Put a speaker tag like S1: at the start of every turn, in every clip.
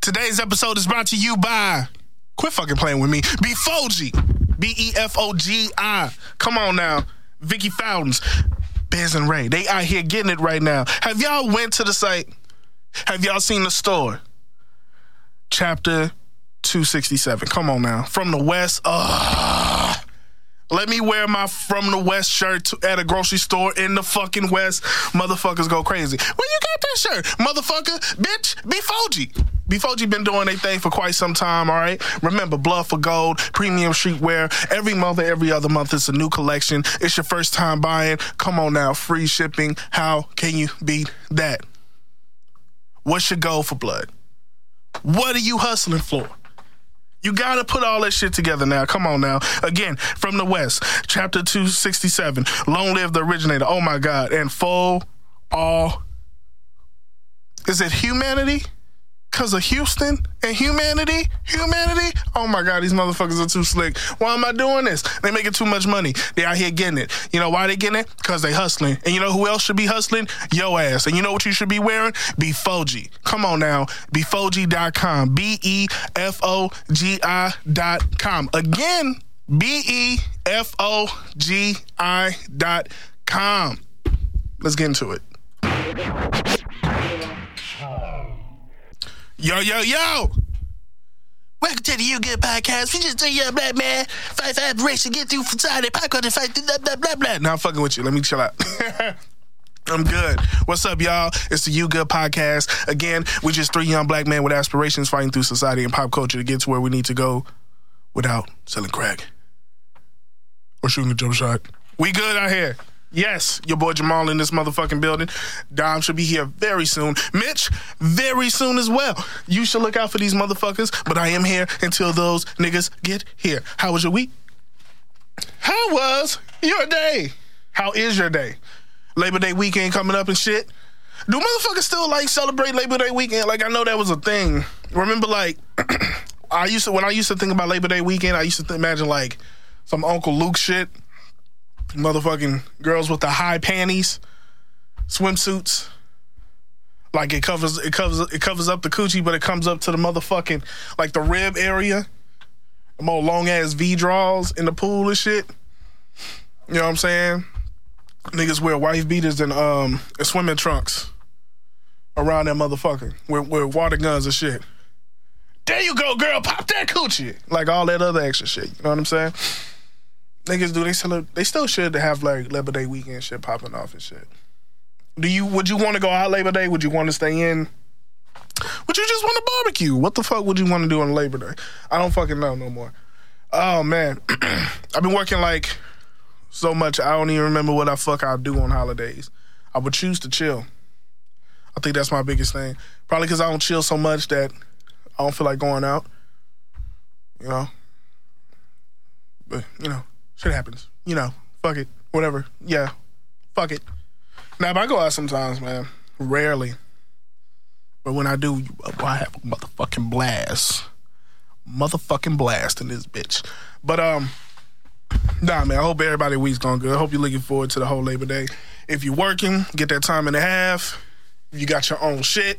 S1: Today's episode is brought to you by. Quit fucking playing with me. Befogi. B E F O G I. Come on now. Vicky Fountains. Biz and Ray. They out here getting it right now. Have y'all went to the site? Have y'all seen the store? Chapter 267. Come on now. From the West. Ugh. Let me wear my From the West shirt to, at a grocery store in the fucking West. Motherfuckers go crazy. Where you got that shirt? Motherfucker, bitch, be Fogy. Be Fogy been doing their thing for quite some time, all right? Remember, Blood for Gold, premium streetwear. Every month or every other month, it's a new collection. It's your first time buying. Come on now, free shipping. How can you beat that? What's your goal for blood? What are you hustling for? You gotta put all that shit together now. Come on now. Again, from the West, chapter 267. Long live the originator. Oh my God. And full all. Is it humanity? Because of Houston and humanity? Humanity? Oh my God, these motherfuckers are too slick. Why am I doing this? They making too much money. They out here getting it. You know why they getting it? Because they hustling. And you know who else should be hustling? Yo ass. And you know what you should be wearing? Befogi. Come on now. Befogi.com. B E F O G I dot com. Again, B E F O G I dot com. Let's get into it. Yo, yo, yo! Welcome to the You Good Podcast. We just do your black man. Fight for aberration, get through society, popcorn, and fight through blah, blah, blah, blah. Now I'm fucking with you. Let me chill out. I'm good. What's up, y'all? It's the You Good Podcast. Again, we just three young black men with aspirations fighting through society and pop culture to get to where we need to go without selling crack or shooting a jump shot. We good out here. Yes, your boy Jamal in this motherfucking building. Dom should be here very soon. Mitch, very soon as well. You should look out for these motherfuckers, but I am here until those niggas get here. How was your week? How was your day? How is your day? Labor Day weekend coming up and shit. Do motherfuckers still like celebrate Labor Day weekend? Like I know that was a thing. Remember, like I used to when I used to think about Labor Day weekend, I used to th- imagine like some Uncle Luke shit, motherfucking girls with the high panties, swimsuits. Like it covers it covers it covers up the coochie, but it comes up to the motherfucking like the rib area. Them old long ass V draws in the pool and shit. You know what I'm saying? Niggas wear wife beaters and um and swimming trunks around that motherfucker with, with water guns and shit. There you go, girl. Pop that coochie. Like all that other extra shit. You know what I'm saying? Niggas do they still they still should have like Labor Day weekend shit popping off and shit. Do you would you want to go out Labor Day? Would you want to stay in? Would you just want to barbecue? What the fuck would you want to do on Labor Day? I don't fucking know no more. Oh man, I've been working like so much. I don't even remember what I fuck I'll do on holidays. I would choose to chill. I think that's my biggest thing. Probably because I don't chill so much that I don't feel like going out. You know. But, you know, shit happens. You know, fuck it. Whatever. Yeah. Fuck it. Now if I go out sometimes, man. Rarely. But when I do, you- boy, I have a motherfucking blast. Motherfucking blast in this bitch. But um Nah, man. I hope everybody week's going good. I hope you're looking forward to the whole Labor Day. If you're working, get that time and a half. If you got your own shit,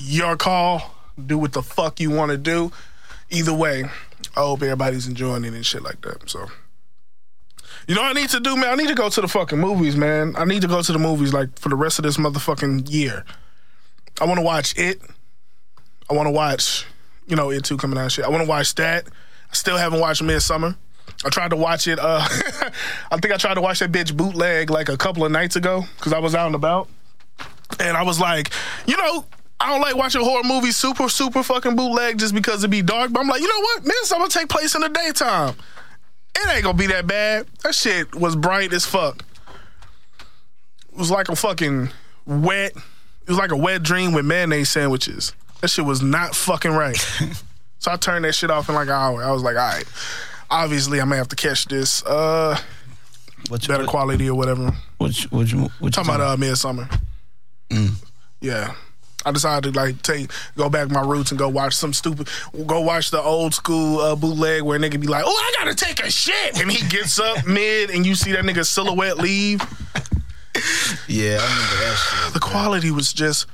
S1: your call. Do what the fuck you want to do. Either way, I hope everybody's enjoying it and shit like that. So, you know, what I need to do, man. I need to go to the fucking movies, man. I need to go to the movies like for the rest of this motherfucking year. I want to watch it. I want to watch, you know, it too coming out. and Shit. I want to watch that. I still haven't watched Midsummer. I tried to watch it. Uh, I think I tried to watch that bitch bootleg like a couple of nights ago because I was out and about, and I was like, you know, I don't like watching horror movies super super fucking bootleg just because it be dark. But I'm like, you know what? Midsummer take place in the daytime. It ain't gonna be that bad. That shit was bright as fuck. It was like a fucking wet. It was like a wet dream with mayonnaise sandwiches. That shit was not fucking right. so I turned that shit off in like an hour. I was like, all right. Obviously, I may have to catch this. Uh,
S2: What you,
S1: better
S2: what,
S1: quality or whatever.
S2: what you, what you, what you
S1: Talking about uh, midsummer. Yeah, I decided to like take go back my roots and go watch some stupid, go watch the old school uh, bootleg where a nigga be like, "Oh, I gotta take a shit," and he gets up mid, and you see that nigga silhouette leave.
S2: Yeah, I remember that shit.
S1: The quality was just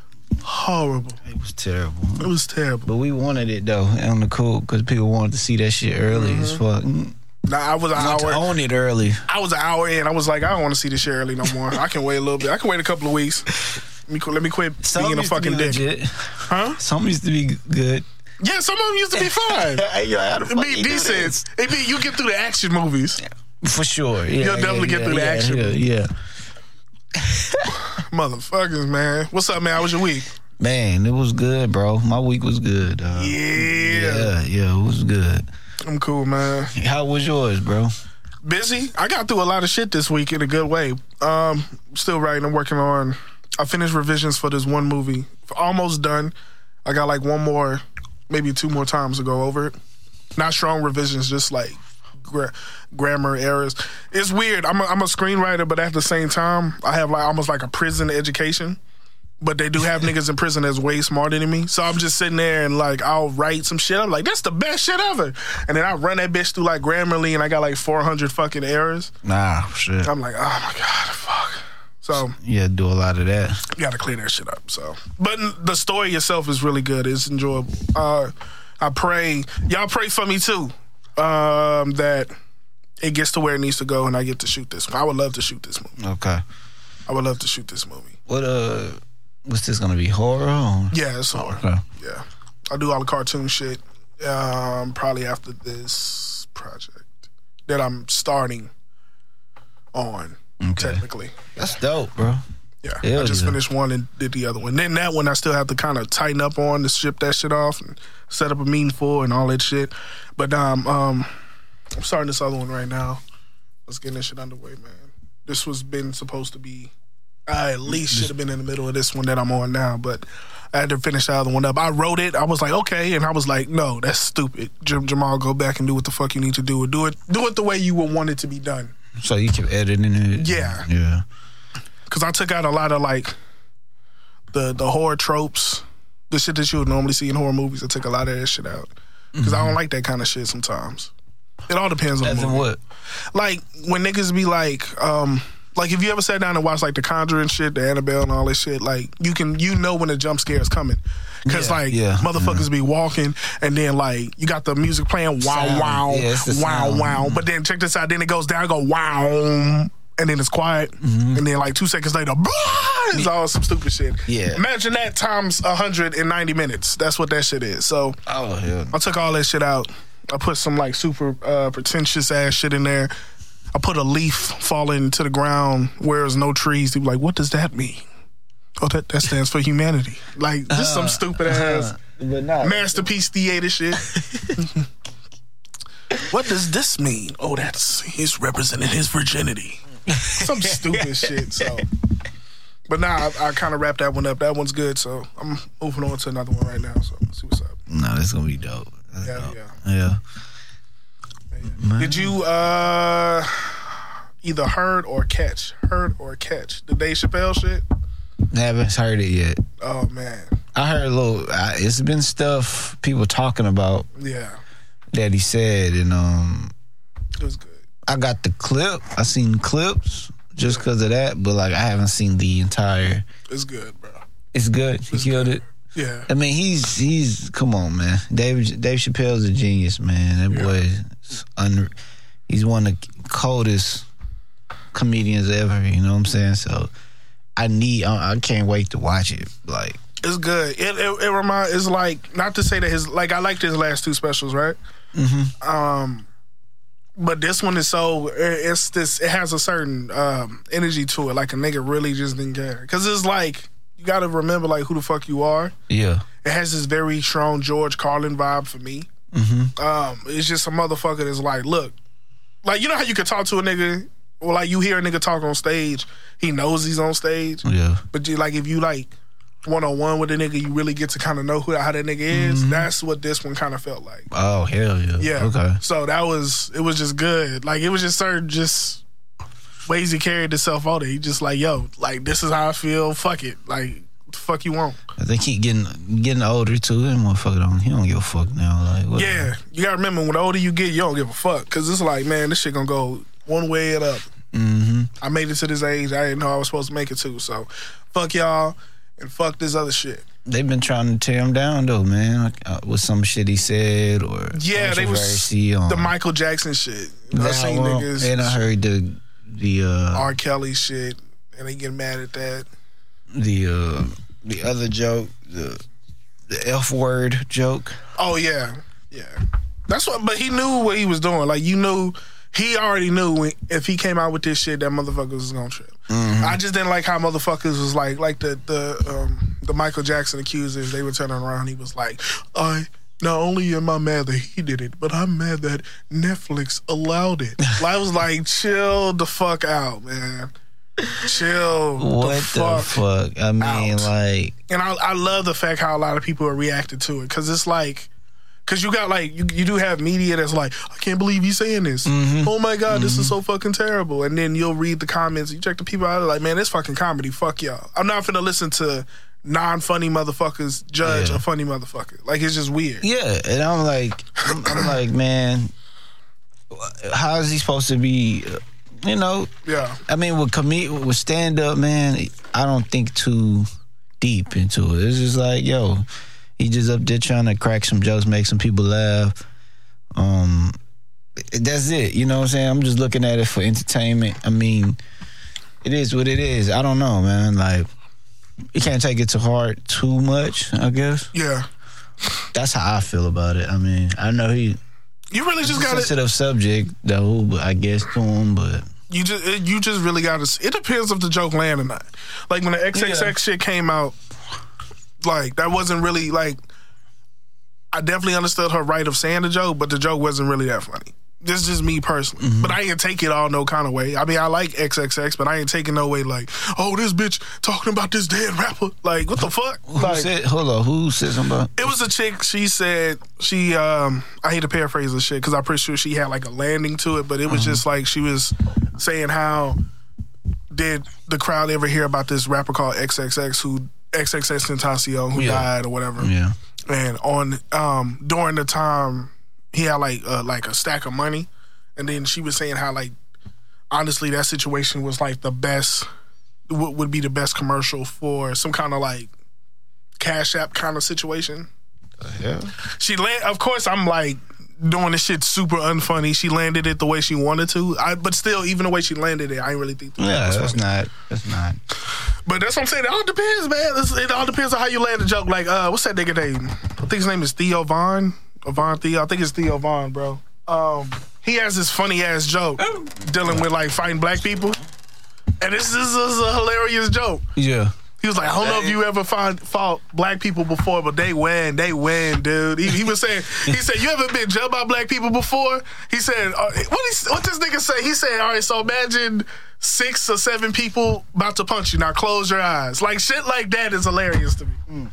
S1: horrible.
S2: It was terrible.
S1: It was terrible.
S2: But we wanted it though on the cool because people wanted to see that shit early as fuck.
S1: Nah, Mm-hmm. I was an
S2: Want to
S1: hour.
S2: own it oh. early.
S1: I was an hour in. I was like, I don't want to see this shit early no more. I can wait a little bit. I can wait a couple of weeks. Let me, qu- let me quit being a
S2: used to
S1: fucking
S2: be
S1: dick,
S2: legit.
S1: huh?
S2: Some used to be good.
S1: Yeah, some of them used to be fine.
S2: You're like, how the
S1: It
S2: fuck
S1: be
S2: you do
S1: decent. It be you get through the action movies,
S2: this? for sure. Yeah,
S1: You'll definitely
S2: yeah,
S1: get through the
S2: yeah,
S1: action.
S2: Yeah, yeah.
S1: motherfuckers, man. What's up, man? How was your week?
S2: man, it was good, bro. My week was good. Uh,
S1: Yeah,
S2: yeah, yeah, it was good.
S1: I'm cool, man.
S2: How was yours, bro?
S1: Busy. I got through a lot of shit this week in a good way. Um, still writing. I'm working on. I finished revisions for this one movie. Almost done. I got like one more, maybe two more times to go over it. Not strong revisions, just like gra- grammar errors. It's weird. I'm a, I'm a screenwriter, but at the same time, I have like almost like a prison education. But they do have niggas in prison that's way smarter than me. So I'm just sitting there and like I'll write some shit. I'm like, that's the best shit ever. And then I run that bitch through like Grammarly, and I got like 400 fucking errors.
S2: Nah, shit.
S1: I'm like, oh my god, fuck. So
S2: Yeah, do a lot of that.
S1: got to clear that shit up. So, but the story itself is really good. It's enjoyable. Uh, I pray y'all pray for me too. Um, that it gets to where it needs to go, and I get to shoot this. I would love to shoot this movie.
S2: Okay.
S1: I would love to shoot this movie.
S2: What uh, what's this gonna be horror? Or?
S1: Yeah, it's hard.
S2: Okay.
S1: Yeah, I do all the cartoon shit. Um, probably after this project that I'm starting on. Technically,
S2: That's dope, bro.
S1: Yeah,
S2: Hell
S1: I just
S2: yeah.
S1: finished one and did the other one. Then that one I still have to kind of tighten up on to strip that shit off and set up a mean for and all that shit. But um, um, I'm starting this other one right now. Let's get this shit underway, man. This was been supposed to be. I at least should have been in the middle of this one that I'm on now, but I had to finish the other one up. I wrote it. I was like, okay, and I was like, no, that's stupid. Jam- Jamal, go back and do what the fuck you need to do. Do it. Do it the way you would want it to be done.
S2: So you keep editing it.
S1: Yeah.
S2: Yeah.
S1: because I took out a lot of like the the horror tropes, the shit that you would normally see in horror movies. I took a lot of that shit out because I don't like that kind of shit sometimes. It all depends on
S2: Mm-hmm. As
S1: the
S2: in
S1: movie.
S2: what?
S1: Like when niggas be like, um, like if you ever sat down and watched like The Conjuring shit, The Annabelle, and all this shit, like you can you know when a jump scare is coming. Cause
S2: Yeah,
S1: like
S2: yeah,
S1: motherfuckers be walking and then like you got the music playing wow
S2: Sound.
S1: wow
S2: Yeah, it's the
S1: wow
S2: sound. Mm-hmm.
S1: wow but then check this out then it goes down go wow and then it's quiet
S2: Mm-hmm.
S1: and then like two seconds later bah, it's all some stupid shit
S2: Yeah.
S1: imagine that times 190 minutes that's what that shit is so
S2: Oh hell.
S1: I took all that shit out. I put some like super uh, pretentious ass shit in there. I put a leaf falling to the ground where there's no trees. They were like, what does that mean? Oh, that, that stands for humanity. Like, just some stupid ass
S2: But not.
S1: masterpiece theater shit. what does this mean? Oh, that's he's representing his virginity. Some stupid shit. So, but nah, I, I kind of wrapped that one up. That one's good. So I'm moving on to another one right now. So see what's up.
S2: No, that's gonna be dope. That's
S1: Yeah,
S2: dope.
S1: yeah.
S2: Yeah.
S1: Did you uh either heard or catch? Heard or catch the Dave Chappelle shit?
S2: Haven't heard it yet.
S1: Oh man,
S2: I heard a little. I, it's been stuff people talking about
S1: yeah,
S2: that he said, and um,
S1: it was good.
S2: I got the clip. I seen clips just because of that, but like I haven't seen the entire.
S1: It's good, bro.
S2: It's good. He killed it.
S1: Yeah,
S2: I mean, he's he's come on, man. Dave Dave Chappelle's a genius, man. That boy, is un, he's one of the coldest comedians ever. You know what I'm saying? So I need. I, I can't wait to watch it. Like,
S1: it's good. It it, it remind. It's like not to say that his like I liked his last two specials, right? Um, but this one is so it- it's this. It has a certain um energy to it. Like a nigga really just didn't care because it's like you got to remember like who the fuck you are.
S2: yeah,
S1: It has this very strong George Carlin vibe for me. Um, it's just a motherfucker that's like, look, like you know how you can talk to a nigga, or like you hear a nigga talk on stage, he knows he's on stage,
S2: yeah,
S1: but you like if you like one on one with a nigga, you really get to kind of know who how that nigga is. That's what this one kind of felt like.
S2: oh hell yeah,
S1: Yeah.
S2: okay,
S1: So that was it was just good. Like it was just certain just ways he carried himself out. He just like, yo, like this is how I feel. Fuck it. Like the fuck you want.
S2: They keep getting getting older too. That motherfucker don't he don't give a fuck now. Like what
S1: Yeah, you gotta remember when the older you get, you don't give a fuck because it's like, man, this shit gonna go one way and up.
S2: hmm
S1: I made it to this age. I didn't know I was supposed to make it to. So, fuck y'all and fuck this other shit.
S2: they've been trying to tear him down though, man, like, uh, with some shit he said or
S1: Yeah, they was
S2: controversy on
S1: the Michael Jackson shit. I
S2: Val-
S1: seen niggas
S2: and I heard the the uh,
S1: R. Kelly shit, and they get mad at that.
S2: the uh, the other joke, the the F word joke.
S1: Oh yeah, yeah. That's what. But he knew what he was doing. Like you knew, he already knew when, if he came out with this shit, that motherfuckers was gonna trip. I just didn't like how motherfuckers was like, like the the um, the Michael Jackson accusers. They were turning around. He was like, I. Not only am I mad that he did it, but I'm mad that Netflix allowed it. I was like, chill the fuck out, man. Chill
S2: What
S1: the fuck.
S2: the fuck? I mean,
S1: out.
S2: like
S1: and I, I love the fact how a lot of people are reacting to it because it's like because you got like you, you do have media that's like i can't believe he's saying this oh my god this is so fucking terrible and then you'll read the comments you check the people out they're like man it's fucking comedy fuck y'all i'm not finna listen to non-funny motherfuckers judge
S2: Yeah.
S1: a funny motherfucker like it's just weird
S2: yeah, and I'm like, I'm, I'm like, man, how is he supposed to be? uh, You know,
S1: yeah
S2: I mean, with comed with stand up, man, I don't think too deep into it. It's just like, yo, he just up there trying to crack some jokes, make some people laugh. Um, that's it. You know what I'm saying? I'm just looking at it for entertainment. I mean, it is what it is. I don't know, man. Like, you can't take it to heart too much. I guess
S1: yeah
S2: that's how I feel about it. I mean, I know he
S1: you really just gotta
S2: sensitive subject though, but I guess to him, but
S1: you just it- you just really got to. It depends if the joke land or not. Like when the XXX
S2: Yeah.
S1: shit came out, like that wasn't really like. I definitely understood her right of saying the joke, but the joke wasn't really that funny. This is just me personally, but I ain't take it all no kind of way. I mean, I like XXX, but I ain't taking no way like, oh, this bitch talking about this dead rapper. Like, what the fuck?
S2: who
S1: Like,
S2: said? Hold on, who said something about?
S1: it was a chick. She said she. um I hate to paraphrase this shit because I'm pretty sure she had like a landing to it, but it was
S2: Mm-hmm.
S1: just like she was saying how did the crowd ever hear about this rapper called XXX who XXX Tentacion who
S2: Yeah.
S1: died or whatever?
S2: Yeah.
S1: And on um during the time he had like uh, like a stack of money, and then she was saying how like honestly that situation was like the best what would be the best commercial for some kind of like cash app kind of situation
S2: Yeah.
S1: she land. Of course, I'm like doing this shit super unfunny. She landed it the way she wanted to. I, but still, even the way she landed it, I ain't really think.
S2: Yeah, that's not. That's not.
S1: But that's what I'm saying. It all depends, man. It's- it all depends on how you land a joke. Like, uh, what's that nigga name? I think his name is Theo Vaughn. Or Von Theo. I think it's Theo Vaughn, bro. Um, he has this funny ass joke dealing with like fighting black people. And this, this is a hilarious joke.
S2: Yeah.
S1: He was like, I don't know if you ever find fought black people before, but they win, they win, dude. He, he was saying, he said, you ever been jumped by black people before? He said, uh, what he, what this nigga say? He said, all right, so imagine six or seven people about to punch you. Now close your eyes. Like shit like that is hilarious to me.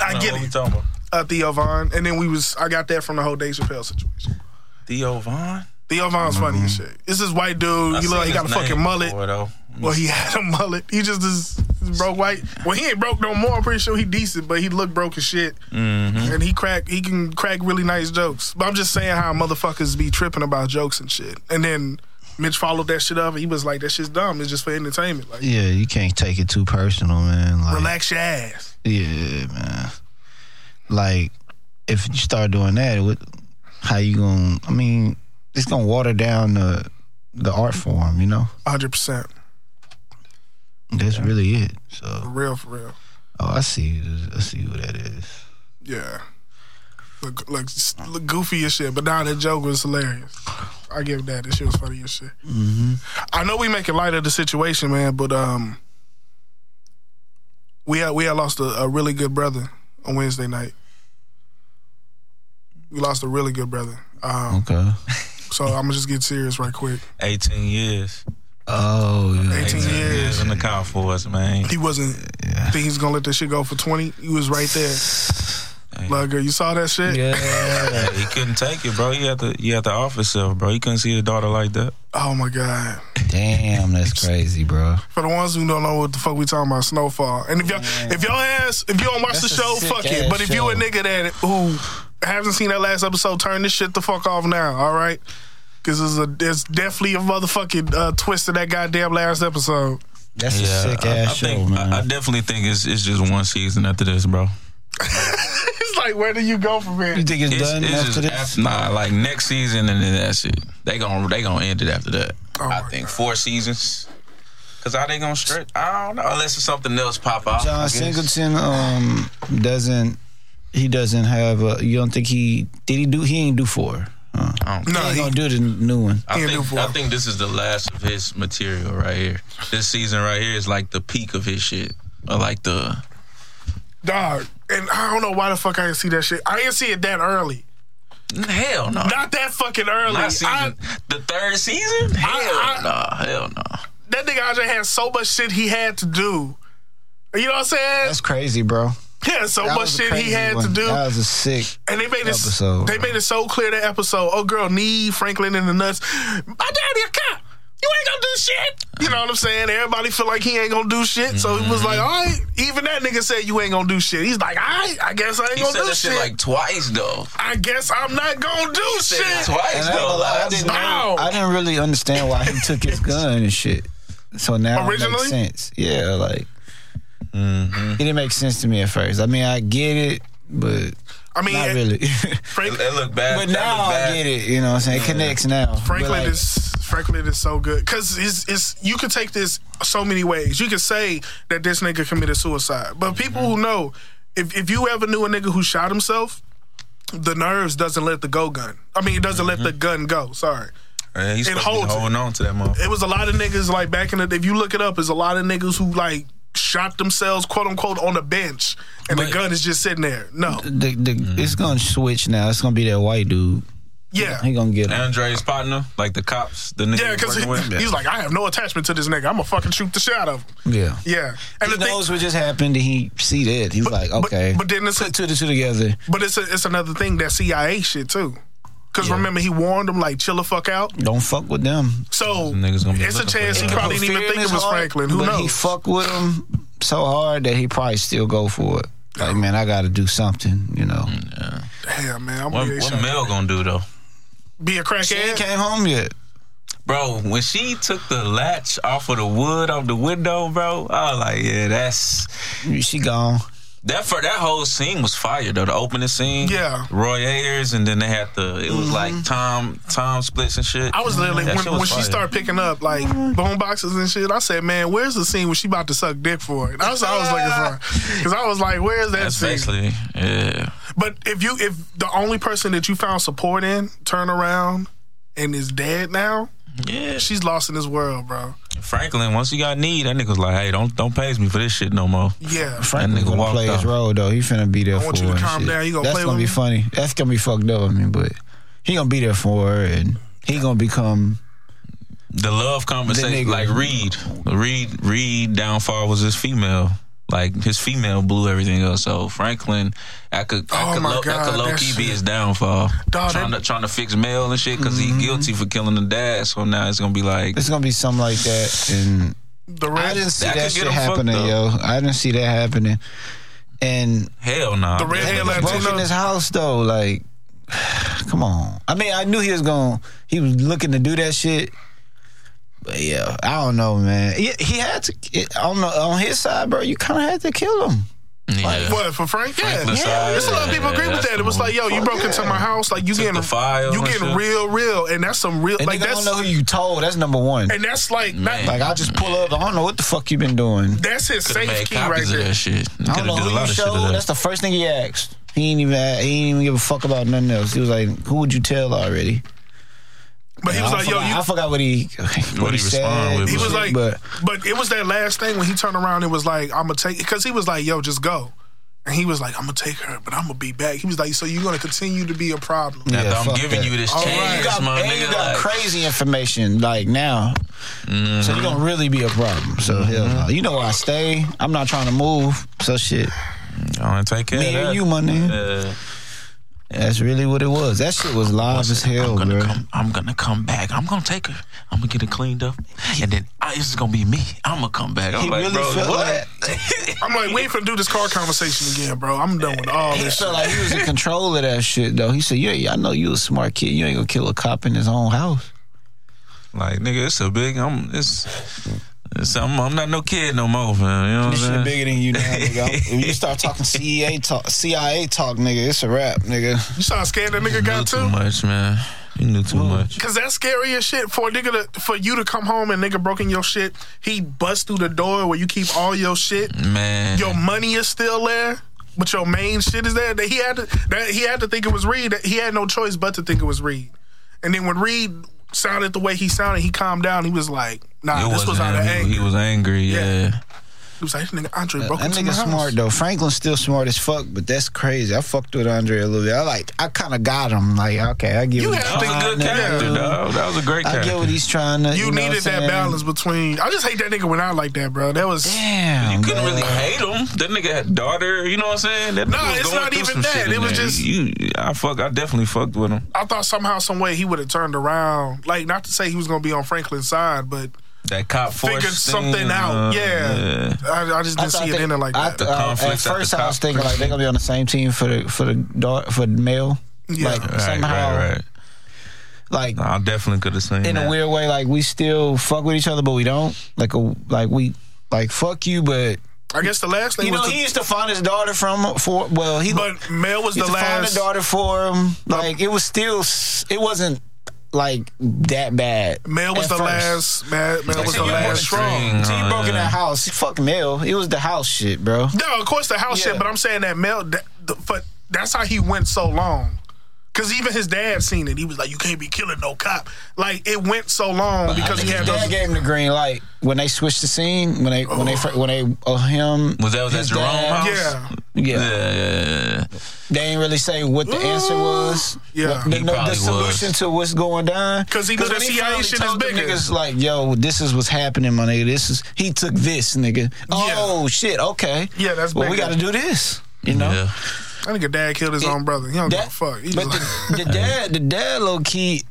S1: I get
S3: Mm. what we
S1: it,
S3: talking about?
S1: uh, Theo Vaughn. And then we was, I got that from the whole Dave Chappelle situation.
S3: Theo Vaughn?
S1: Theo Vaughn's funny as shit. This is white dude.
S3: Mm-hmm. I
S1: You look
S3: seen
S1: like he got a
S3: his
S1: fucking
S3: name
S1: mullet.
S3: before, though.
S1: Mm. Well, he had a mullet. He just is broke white. Well, he ain't broke no more. I'm pretty sure he decent, but he look broke as shit. And he crack. He can crack really nice jokes. But I'm just saying how motherfuckers be tripping about jokes and shit. And then Mitch followed that shit up. He was like, "That shit's dumb. It's just for entertainment. Like,
S2: Yeah, you can't take it too personal, man. Like,
S1: relax your ass."
S2: yeah, man. Like, if you start doing that, what? How you gonna? I mean, it's gonna water down the the art form. You know,
S1: 100 percent.
S2: that's really it.
S1: For
S2: So,
S1: real. For real.
S2: oh, I see. I see who that is.
S1: Yeah. Look, look, s- look goofy as shit, but now that joke was hilarious. I give that. That shit was funny as shit.
S2: Mm-hmm.
S1: I know we making light of the situation, man, but um, we had we had lost a, a really good brother on Wednesday night. We lost a really good brother. Um,
S2: Okay.
S1: so I'm gonna just get serious right quick.
S3: 18 years.
S2: Oh, yeah.
S1: 18 years.
S3: in the count for us, man.
S1: He wasn't. Think he's gonna let this shit go for 20? He was right there, Lugger. You saw that shit?
S2: Yeah.
S3: He couldn't take it, bro. He had to, he had to off himself, bro. He couldn't see his daughter like that.
S1: Oh my god.
S2: Damn, that's crazy, bro.
S1: For the ones who don't know what the fuck we talking about, Snowfall. And if y'all if y'all ass if you don't watch
S2: That's
S1: the
S2: a
S1: show,
S2: sick
S1: fuck it.
S2: ass
S1: But if you a
S2: show.
S1: nigga that who hasn't seen that last episode, turn this shit the fuck off now. All right, because there's a there's definitely a motherfucking uh, twist to that goddamn last episode.
S2: That's a sick
S3: I,
S2: ass
S3: I
S2: show,
S3: think,
S2: man.
S3: I, I definitely think it's it's just one season after this, bro.
S1: it's like, where do you go from here?
S2: you think it's,
S3: It's,
S2: done
S3: it's
S2: after
S3: just
S2: this?
S3: af- nah, like next season and then that's it. They gonna they gonna end it after that.
S1: Oh
S3: I
S1: my
S3: think four seasons. Cause how they gonna stretch? I don't know unless it's something else pop out. I
S2: John
S3: guess.
S2: Singleton um doesn't he doesn't have a you don't think he did he do he ain't do four. Huh.
S3: I don't
S1: No,
S2: he ain't
S1: he-
S2: gonna do the new one.
S3: I
S1: Can't do
S3: think,
S1: four.
S3: I think this is the last of his material right here. This season right here is like the peak of his shit. Or like the
S1: Dog. And I don't know why the fuck I didn't see that shit. I didn't see it that early.
S3: hell no.
S1: Not that fucking early.
S3: Not season,
S1: I,
S3: the third season? Hell
S1: I-
S3: no. hell no.
S1: that nigga Andre had so much shit he had to do. You know what I'm saying?
S2: That's crazy, bro.
S1: Yeah, so
S2: That
S1: much
S2: was a
S1: shit he
S2: crazy
S1: had to
S2: one.
S1: do.
S2: That was a sick.
S1: And they made it.
S2: Episode.
S1: They made it so clear that episode. Oh, girl, need Franklin in the nuts. My daddy a cop. You ain't gonna do shit. You know what I'm saying? Everybody feel like he ain't gonna do shit. So he was
S2: Mm-hmm.
S1: like, all right. Even that nigga said you ain't gonna do shit. He's like, all right. I guess I ain't
S3: He
S1: gonna
S3: said
S1: do
S3: that
S1: shit.
S3: shit like twice though.
S1: I guess I'm not gonna do
S3: Said it
S1: shit.
S3: twice
S2: And I, ain't
S3: though.
S2: gonna lie, I
S3: Like,
S2: didn't
S1: Ow.
S2: know- I didn't really understand why he took his gun and shit. So now
S1: Originally?
S2: it makes sense. Yeah, like it didn't make sense to me at first. I mean, I get it, but
S1: I mean,
S2: not really.
S1: Frank,
S3: that look bad.
S2: but
S3: That
S2: now
S3: look bad.
S2: I get it. You know, what I'm saying it connects now.
S1: Franklin
S2: But, like,
S1: is Franklin is so good because it's, it's you can take this so many ways. You can say that this nigga committed suicide, but people who know, if if you ever knew a nigga who shot himself, the nerves doesn't let the go gun. I mean, it doesn't let the gun go. Sorry.
S3: Yeah, he's
S1: It
S3: supposed to be
S1: holds it.
S3: holding on to that motherfucker.
S1: It was a lot of niggas like back in the. If you look it up, it's a lot of niggas who like shot themselves, quote unquote, on the bench, and the
S3: But-
S1: gun is just sitting there. No,
S2: the, the, it's gonna switch now. It's gonna be that white dude.
S1: yeah.
S2: He gonna get him.
S3: Andre's partner, like the cops, the nigga
S1: Yeah, because
S3: working with.
S1: he's like, I have no attachment to this nigga. I'm gonna fucking shoot the shit out of him.
S2: Yeah.
S1: Yeah, and
S2: He knows what just happened. and He see that. He was like,
S1: but-
S2: okay.
S1: but then it's-
S2: put two to two together.
S1: But it's a, it's another thing that CIA shit too. Cause remember he warned him like chill the fuck out.
S2: Don't fuck with them.
S1: So
S3: niggas gonna be
S1: it's a
S3: looking for
S1: chance he
S3: that.
S1: probably didn't even
S2: Fear in
S1: think
S2: his
S1: it was
S2: heart,
S1: Franklin. Who
S2: but
S1: knows?
S2: He fuck with him so hard that he probably still go for it. Like, man, I got to do something, you know.
S1: Mm. Damn man, I'm
S3: What,
S1: really
S3: what
S1: shocked.
S3: Mel gonna do though?
S1: be a
S2: She
S1: crackhead.
S2: ain't came home yet.
S3: Bro, when she took the latch off of the wood off the window, bro, I was like, yeah, that's
S2: She gone.
S3: that for that whole scene was fire though. The opening scene,
S1: Yeah. Mm-hmm.
S3: Roy Ayers, and then they had the it was like Tom Tom splits and shit.
S1: I was literally
S3: That
S1: when,
S3: shit was
S1: when she
S3: fire.
S1: started picking up like bone boxes and shit. I said, man, where's the scene where she about to suck dick for it? That's what I was looking for. Cause I was like, where's that
S3: That's
S1: scene?
S3: basically yeah.
S1: But if you if the only person that you found support in turn around and is dead now,
S3: Yeah,
S1: she's lost in this world, bro.
S3: Franklin. Once he got need, that nigga was like, "Hey, don't don't pay me for this shit no more."
S1: Yeah.
S2: Franklin
S3: nigga
S2: gonna
S3: walked
S2: play
S3: out.
S2: his role, though. He finna be there
S1: I
S2: for
S1: want you to
S2: her and
S1: calm
S2: shit.
S1: down. You gonna
S2: That's
S1: play
S2: gonna
S1: with
S2: be
S1: me?
S2: funny. That's gonna be fucked up, I mean, but he gonna be there for her, and he gonna become...
S3: The love conversation,
S2: The nigga.
S3: like Reed, Reed, Reed downfall was his female. Like his female blew everything up. So Franklin, I could, I
S1: Oh
S3: could,
S1: my
S3: low, I
S1: God,
S3: could low
S1: that
S3: key
S1: shit.
S3: be his downfall.
S1: Dog, that-
S3: trying
S1: Mm-hmm.
S3: to trying to fix Mel and shit because he guilty for killing the dad. So now it's gonna be like
S2: It's gonna be something like that, and...
S1: The
S2: I
S1: red
S2: didn't see
S3: That
S2: that,
S3: could get
S2: shit
S3: him fucked
S2: happening,
S3: up.
S2: yo. I didn't see that happening. And...
S3: hell nah.
S1: The red
S3: man.
S1: hair
S2: Niggas
S1: Latino.
S2: broke in his house though. Like, come on. I mean, I knew he was going. He was looking to do that shit. But yeah, I don't know, man. He, he had to it, on the, on his side, bro. You kind of had to kill him.
S3: Yeah.
S1: What for Frank? Yeah,
S3: Franklin's side,
S1: There's a lot of people
S3: yeah,
S1: agree with
S3: that's
S1: that.
S3: the
S1: It was
S3: one.
S1: like, yo, you broke into my house, like you getting
S3: the file
S1: you
S3: and
S1: getting
S3: shit.
S1: real, real, and that's some real,
S2: And
S1: like
S2: niggas don't
S1: that's
S2: know who you told. That's number one.
S1: and that's like not,
S3: Man.
S2: Like, I just pull up. I don't know what the fuck you been doing.
S1: that's his
S3: Could've
S1: safe
S3: made
S1: key
S3: copies
S1: right
S3: of
S1: there.
S3: That shit. Could
S2: I
S3: have
S2: don't
S3: did a
S2: know who
S3: lot
S2: you
S3: of shit.
S2: showed.
S3: of
S2: That's
S3: that.
S2: the first thing he asked. He ain't even. He ain't even give a fuck about nothing else. He was like, "Who would you tell already?"
S1: But he was
S2: I
S1: like, yo,
S2: forgot- I
S1: you.
S2: forgot what he what,
S3: he
S2: he,
S3: responded
S2: said.
S3: with
S1: He was
S2: Shit,
S1: like,
S2: but
S1: but, it was that last thing when he turned around and was like, I'm gonna take, because he was like, yo, just go, and he was like, I'm gonna take her, but I'm gonna be back. He was like, so you're gonna continue to be a problem.
S2: Yeah,
S3: After I'm
S2: fuck
S3: giving
S2: that.
S3: you this
S1: All
S3: chance,
S1: right.
S2: And you got,
S3: my
S2: and you
S3: nigga.
S2: got
S3: like,
S2: crazy information like now. So
S3: Mm-hmm.
S2: you're gonna really be a problem. So hell no. You know where I stay. I'm not trying to move. So shit.
S3: I wanna take care
S2: Me
S3: of
S2: and
S3: that.
S2: you, my nigga.
S3: Uh,
S2: That's really what it was. That shit was live as hell,
S3: I'm gonna
S2: bro.
S3: come. I'm gonna come back. I'm gonna take her. I'm gonna get her cleaned up, and then I, this is gonna be me. I'm gonna come back. I'm
S2: He
S3: like,
S2: really
S3: bro,
S2: felt
S3: what?
S1: I'm like, we ain't finna do this car conversation again, bro. I'm done with all
S2: He
S1: this. shit.
S2: felt like he was in control of that shit though. He said, "Yeah, yeah, I know you a smart kid. You ain't gonna kill a cop in his own house."
S3: like, nigga, it's a big. I'm. It's. So I'm, I'm not no kid no more, man. You know what
S2: This shit
S3: I'm saying?
S2: bigger than you now, nigga. If you start talking CEA talk, CIA talk, nigga, it's a wrap, nigga.
S1: You saw how scared that nigga
S3: You knew
S1: got
S3: too
S1: too?
S3: much, man. You knew too much.
S1: Cause that's scary as shit for a nigga to, for you to come home and nigga broken your shit. He bust through the door where you keep all your shit.
S3: Man.
S1: Your money is still there, but your main shit is there. That he had to that he had to think it was Reed. That he had no choice but to think it was Reed. And then when Reed sounded the way he sounded, he calmed down. He was like, Nah,
S3: It
S1: this was
S3: wasn't
S1: out of
S3: him.
S1: anger.
S3: He was angry, yeah.
S1: He was like, This nigga Andre broke
S2: That
S1: into my
S2: nigga
S1: house.
S2: smart though. Franklin's still smart as fuck, but that's crazy. I fucked with Andre a little bit. I like, I kind of got him. Like, okay, I get.
S1: You
S2: what
S1: had
S2: he's
S1: I
S3: That was
S1: think-
S2: trying
S3: a good
S2: to
S3: character,
S2: do.
S3: dog. That was a great
S2: I
S3: character.
S2: get what he's trying to.
S1: You,
S2: know what
S1: needed
S2: I'm
S1: that
S2: saying?
S1: balance between. I just hate that nigga when I like that, bro. That was.
S2: Damn,
S3: You couldn't
S2: man.
S3: really hate him. That nigga had daughter. You know what I'm saying? That
S1: Nah,
S3: nigga was
S1: it's
S3: going
S1: not
S3: through
S1: even
S3: some
S1: that.
S3: shit in
S1: It was
S3: there.
S1: just-
S3: you. I fuck. I definitely fucked with him.
S1: I thought somehow, some way, he would have turned around. Like, not to say he was gonna be on Franklin's side, but
S3: That cop force
S1: figured
S3: thing,
S1: something
S3: uh,
S1: out. Yeah, I, I just
S2: I
S1: didn't
S2: thought
S1: see it
S2: they-
S1: in it like
S2: I
S1: that.
S2: th-
S3: The
S2: uh, at
S3: conflicts at the
S2: first, I was
S3: top.
S2: thinking like they're gonna be on the same team for the for the daughter, for the male.
S1: Yeah.
S2: Like
S3: Right,
S2: somehow,
S3: right, right.
S2: like
S3: Nah, I definitely could have seen
S2: in
S3: that.
S2: a weird way, like we still fuck with each other, but we don't. Like a like we like fuck you, but
S1: I guess the last thing
S2: you know
S1: was,
S2: he
S1: the,
S2: used to find his daughter from for well he
S1: but Mel was
S2: he
S1: the
S2: used to find
S1: last.
S2: a daughter for him. Like it was still s- it wasn't like that bad.
S1: Mel was
S2: at
S1: the
S2: first.
S1: last. Mel, Mel was
S3: Like,
S1: the
S3: you
S1: last
S3: wanted
S1: strong.
S3: to-
S2: So he
S3: Oh,
S2: broke in
S3: yeah.
S2: that house. Fuck Mel. It was the house shit, bro.
S1: No, of course the house
S2: Yeah.
S1: shit, but I'm saying that Mel. That, the, but that's how he went so long. Cause even his dad seen it. He was like, "You can't be killing no cop." Like it went so long because he had
S2: His
S1: those.
S2: dad gave him the green light when they switched the scene. When they when they fir- when they uh, him
S3: was that was that
S2: his
S3: Jerome
S2: dad-
S3: house?
S1: Yeah.
S2: Yeah.
S3: yeah, yeah, yeah.
S2: they ain't really say what the answer was.
S1: Mm, Yeah.
S2: the,
S3: He
S2: no- the
S3: probably
S2: solution
S3: was.
S2: to what's going down.
S1: 'Cause he knew the
S2: when
S1: CIA
S2: finally
S1: shit is
S2: told them
S1: bigger.
S2: Niggas like, yo, this is what's happening, my nigga. This is he took this, nigga. Oh shit, okay.
S1: Yeah, that's
S2: well, we
S1: bigger.
S2: got to do this. You know.
S3: Yeah.
S1: That nigga dad killed his own brother. He don't give a
S2: That-
S1: Oh, fuck. He
S2: but
S1: just
S2: the, the dad, the dad, low key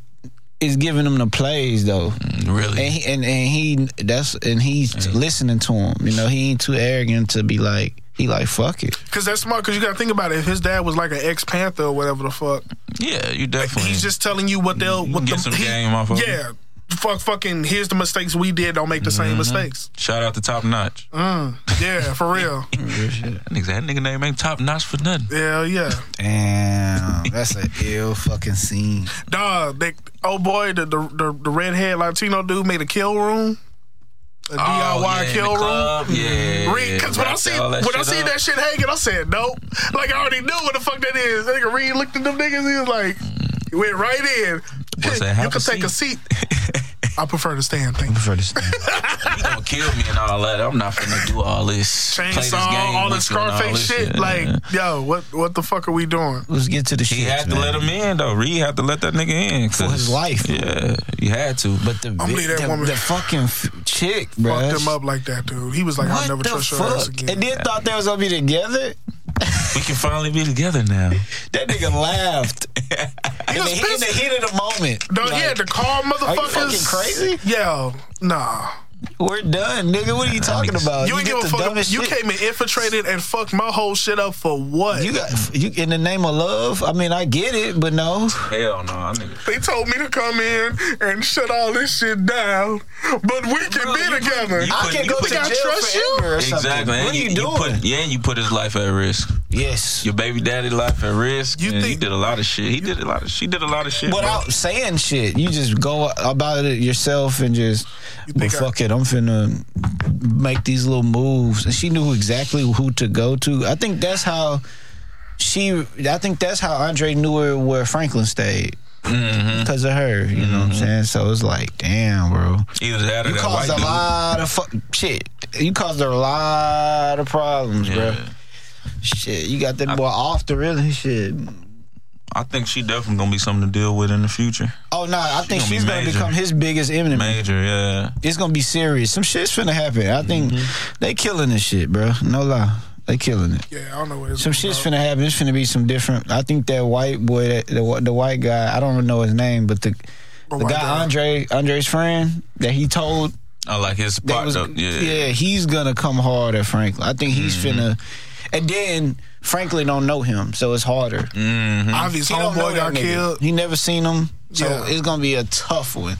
S2: is giving him the plays though,
S3: Really?
S2: and he and, and he that's and he's listening to him. You know, he ain't too arrogant to be like he like fuck it.
S1: Cause that's smart. Cause you gotta think about it. If his dad was like an ex Panther or whatever the fuck,
S3: yeah, you definitely.
S1: he's just telling you what they'll
S3: You
S1: what
S3: get
S1: the
S3: some
S1: he-
S3: game off of it.
S1: Yeah, fuck, fucking. Here's the mistakes we did. Don't make the
S3: Mm-hmm.
S1: same mistakes.
S3: shout out to Top Notch.
S1: Mm, yeah, for real.
S3: That nigga, that nigga name ain't Top Notch for nothing.
S1: Hell yeah,
S2: Damn, that's an ill fucking scene.
S1: dog. They, oh boy, the the the, the redhead Latino dude made a kill room, a
S3: Oh, yeah,
S1: DIY
S3: in the
S1: kill room.
S3: club. Yeah.
S1: Reed, cause when I
S3: Wrapped
S1: see
S3: all
S1: when I
S3: shit
S1: see
S3: up.
S1: that shit hanging, I said nope. Like I already knew what the fuck that is. That nigga Reed looked at them niggas. He was like, he went right in.
S3: Boy said, "Have
S1: you
S3: a
S1: can take a seat. I prefer to stand. Thank you.
S2: For this
S3: he gonna kill me and all that. I'm not finna do all this. play this
S1: Chainsaw,
S3: game
S1: all
S3: with
S1: the
S3: you and all
S1: Scarface
S3: this
S1: shit. Like, yo, what what the fuck are we doing?
S2: Let's get to the shit.
S3: He had to let him in though. Reed had to let that nigga in 'cause-
S2: For his life.
S3: Yeah, you had to. But
S2: But the,
S1: gonna leave that
S2: the,
S1: woman-
S2: the fucking f- chick, bro.
S1: Fucked him up like that, dude. He was like, I'll
S2: What
S1: never
S2: the
S1: trust your ass
S2: fuck?
S1: again.
S2: And then thought they was gonna be together.
S3: we can finally be together now.
S2: That nigga laughed
S1: he
S2: in, the,
S1: was
S2: in the
S1: pissed.
S2: heat of the moment.
S1: Dog,
S2: Like,
S1: he had to call
S2: you
S1: motherfuckers.
S2: fucking crazy?
S1: Yo, nah.
S2: We're done, nigga. What are Oh, you talking about?
S1: You, ain't
S2: get
S1: give a
S2: the
S1: fuck.
S2: dumbest
S1: You
S2: shit.
S1: came and infiltrated and fucked my whole shit up for what?
S2: You got you in the name of love. I mean, I get it, but no.
S3: Hell no, I nigga.
S1: they told me to come in and shut all this shit down, but we can
S3: Bro,
S1: be
S3: you
S1: together.
S3: couldn't- you
S2: I
S3: put-
S2: can
S3: you
S2: go to
S3: put-
S2: jail
S1: I trust you?
S2: forever or something.
S3: Exactly.
S2: What
S3: and
S2: are you,
S3: you
S2: doing?
S3: Put, yeah, and you put his life at risk.
S2: yes.
S3: Your baby daddy life at risk.
S1: You
S3: You and he
S1: think-
S3: did a lot of shit. He did a lot of. She did a lot of shit. bro.
S2: Without saying shit, you just go about it yourself and just, well,
S1: think I-
S2: fuck it, I'm finna make these little moves. And she knew exactly who to go to. I think that's how she, I think that's how Andre knew her where Franklin stayed.
S3: Mm-hmm.
S2: Because of her, you know what I'm saying? So it's like, damn, bro.
S3: Either that or
S2: You
S3: Mm-hmm. that
S2: caused a
S3: white dude.
S2: lot of fuck shit. You caused her a lot of problems, bro.
S3: Yeah.
S2: Shit, you got that boy off the really shit.
S3: I think she definitely gonna be something to deal with in the future.
S2: Oh no, I think
S3: gonna be
S2: she's gonna
S3: major.
S2: become his biggest enemy.
S3: Major, yeah.
S2: It's gonna be serious. Some shit's finna happen. I think
S3: Mm-hmm.
S2: they killing this shit, bro. No lie, they killing it.
S1: Yeah, I don't know what it's
S2: Some
S1: all
S2: shit's
S1: about.
S2: finna happen. It's finna be some different. I think that white boy, that the, wh- the white guy, I don't know his name, but the
S1: Oh,
S2: the
S1: my
S2: guy
S1: God.
S2: Andre Andre's friend that he told
S3: I like his
S2: that
S3: part
S2: was
S3: though. Yeah. Mm-hmm.
S2: he's gonna come hard at Franklin. I think he's finna, and then Franklin don't know him, so it's harder.
S3: Mm-hmm.
S1: Obvious
S2: He don't know
S1: homeboy
S2: that
S1: got
S2: nigga.
S1: killed.
S2: He never seen him, so
S1: Yeah.
S2: it's gonna be a tough one.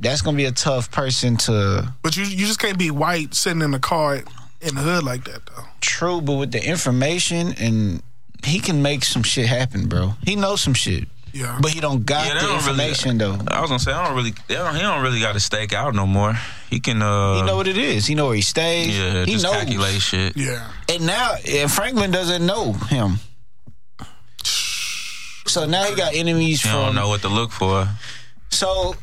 S2: that's gonna be a tough person to
S1: But you you just can't be white sitting in a car in the hood like that though.
S2: true, but with the information and he can make some shit happen, bro. He knows some shit.
S1: Yeah.
S2: But he don't got
S3: Yeah, they
S2: the
S3: don't really-
S2: information though.
S3: I was gonna say I don't really. They don't, he don't really got to stake out no more. He can. uh
S2: He know what it is. He know where he stays.
S3: Yeah,
S2: he
S3: just
S2: knows.
S3: calculate shit.
S1: yeah.
S2: And now and Franklin doesn't know him. So now he got enemies
S3: He
S2: from
S3: don't know what to look for.
S2: So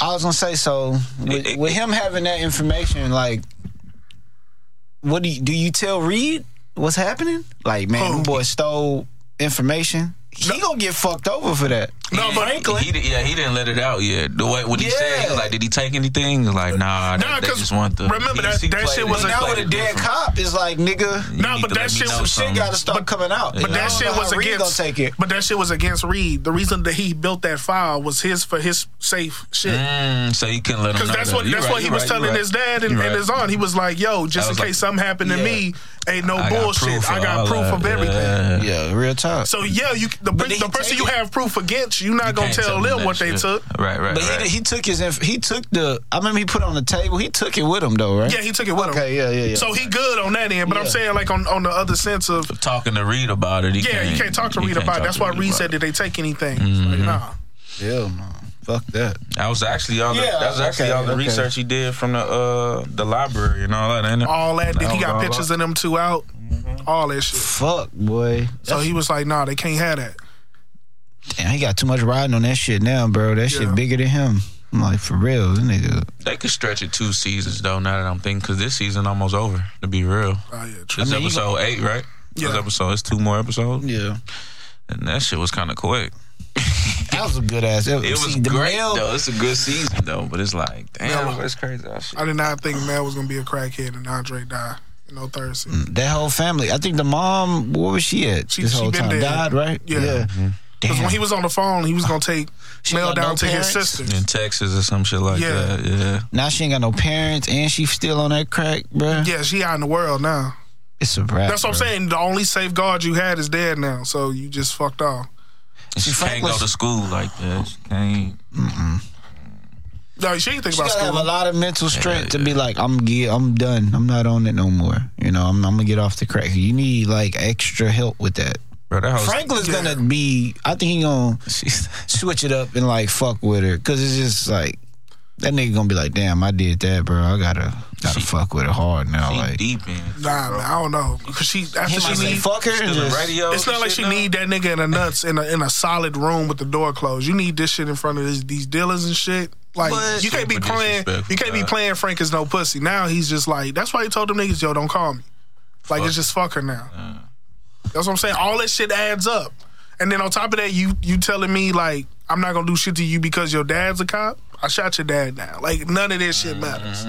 S2: I was gonna say so with,
S3: It- it-
S2: with him having that information, like, what do you, do you tell Reed what's happening? Like, man,
S1: Who?
S2: them boy stole information. He gonna get fucked over for that.
S1: No, but
S3: He, di- yeah, he didn't let it out yet. The way what he said, he was
S2: Yeah.
S3: like, did he take anything? He was Like,
S1: Nah,
S3: nah, they, they
S1: 'cause
S3: just want the.
S1: remember
S3: he-
S1: that-
S3: he
S1: that
S3: played
S1: shit
S3: it-
S1: was
S3: he
S1: a-
S2: Now
S3: played
S2: with a
S3: it
S2: dead
S3: different.
S2: cop is like, nigga,
S3: You
S1: Nah,
S3: need
S1: but
S3: to
S1: that
S3: let me
S1: shit
S3: know
S1: was-
S2: shit
S3: something.
S2: gotta start coming out.
S1: Um, But
S2: I
S1: that
S2: don't
S1: shit
S2: know
S1: was
S2: how Reed
S1: against.
S2: Gonna take it.
S1: But that shit was against Reed. The reason that he built that file was his for his safe shit.
S3: Mm, so you couldn't let him.
S1: Because
S3: know
S1: that's
S3: that.
S1: what
S3: You
S1: that's
S3: right,
S1: what he
S3: you
S1: was
S3: right, you
S1: telling
S3: right.
S1: his dad and,
S3: You
S1: and
S3: right.
S1: his aunt. He was like, "Yo, just
S3: That
S1: in
S3: was
S1: case something happened to
S2: Yeah.
S1: me, ain't no
S3: I got
S1: bullshit.
S3: proof
S1: I
S3: of
S1: got
S3: all
S1: proof
S3: that.
S1: of everything."
S3: Yeah.
S2: Yeah, real talk.
S1: So yeah, you the,
S2: But
S1: the
S2: then he
S1: person
S2: take
S1: you
S2: it.
S1: have proof against, you're not gonna
S3: Can't
S1: tell
S3: him
S1: them
S3: that
S1: what they
S3: shit.
S1: took.
S3: Right, right,
S2: but
S3: right.
S2: he, he took his inf- he took the I remember he put it on the table. He took it with him though, right?
S1: Yeah, he took it with him.
S2: Okay, yeah, yeah, yeah.
S1: So he good on that end, but I'm
S2: Yeah.
S1: saying like on, on the other sense of
S3: talking to Reed about it. He
S1: yeah,
S3: can't,
S1: you can't talk to
S3: he
S1: Reed
S3: can't
S1: about. it.
S3: talk
S1: That's
S3: to
S1: why
S3: Reed
S1: Reed
S3: about
S1: said,
S3: it.
S1: "Did they take anything?" It's like, nah.
S2: Hell no. Fuck that.
S3: That was actually all. The,
S2: Yeah,
S3: that was actually
S2: okay,
S3: all the
S2: okay.
S3: research he did from the uh the library and all that. Ain't it?
S1: All that. Then he
S3: was
S1: got
S3: all
S1: pictures
S3: up.
S1: of them two out. All that shit.
S2: Fuck boy.
S1: So he was like, "Nah, they can't have that."
S2: Damn, he got too much riding on that shit now, bro. That
S1: Yeah.
S2: shit bigger than him. I'm like, for real, this nigga.
S3: They could stretch it two seasons though. Now that I'm thinking, because this season almost over. To be real,
S1: Oh yeah, true.
S3: this
S2: mean, you
S3: episode eight, right?
S1: Yeah.
S3: This episode, it's two more episodes,
S2: Yeah.
S3: and that shit was kind of quick.
S2: That was a good ass.
S3: It was
S2: see, the
S3: great
S2: male-
S3: though. It's a good season though, but it's like, damn,
S1: Yeah.
S3: that's crazy. That shit.
S1: I did not think Mel was gonna be a crackhead and Andre died. You know, Thursday.
S2: That whole family. I think the mom, where was she at
S1: She-
S2: this
S1: she
S2: whole
S1: been
S2: time?
S1: dead.
S2: Died, right?
S1: Yeah. Because
S2: Damn.
S1: when he was on the phone, he was gonna take
S2: Mm. She
S1: Mel
S2: got no
S1: down to his
S2: parents?
S1: sister.
S3: In Texas or some shit like
S1: Yeah.
S3: that. Yeah.
S2: now she ain't got no parents and she still on that crack, bro.
S1: Yeah, she out in the world now.
S2: It's a wrap.
S1: That's what I'm
S2: bro.
S1: saying. The only safeguard you had is dead now, so you just fucked off.
S3: She
S2: Frank
S3: can't
S2: was-
S3: go to school like that. She can't.
S1: No, she ain't think
S2: She
S1: about
S2: gotta have a
S1: school.
S2: lot of mental strength to be like, I'm ge- I'm done. I'm not on it no more. You know, I'm, I'm gonna get off the crack. You need like extra help with that.
S3: Bro, that house.
S2: Franklin's
S1: Yeah.
S2: gonna be. I think he gonna
S3: She's,
S2: switch it up and like fuck with her because it's just like that nigga gonna be like, damn, I did that, bro. I gotta gotta fuck with her hard now.
S3: she
S2: like,
S3: deep in.
S1: Nah, man, I don't know. Cause she
S2: he
S1: after
S2: might
S1: she
S2: say
S1: leave,
S2: fuck her. and
S3: Still in
S2: just-
S3: radio.
S1: it's not
S3: and
S1: like
S3: shit
S1: she
S3: now?
S1: need that nigga in the nuts in a in a solid room with the door closed. You need this shit in front of these, these dealers and shit. Like
S3: What?
S1: you can't be
S3: Super
S1: playing,
S3: disrespectful,
S1: you can't be
S3: dog.
S1: playing Frank is no pussy. Now he's just like that's why he told them niggas, yo, don't call me. Like it's just fuck her now. That's what I'm saying. All that shit adds up. And then on top of that, you you telling me like I'm not gonna do shit to you because your dad's a cop. I shot your dad now. Like none of this shit matters.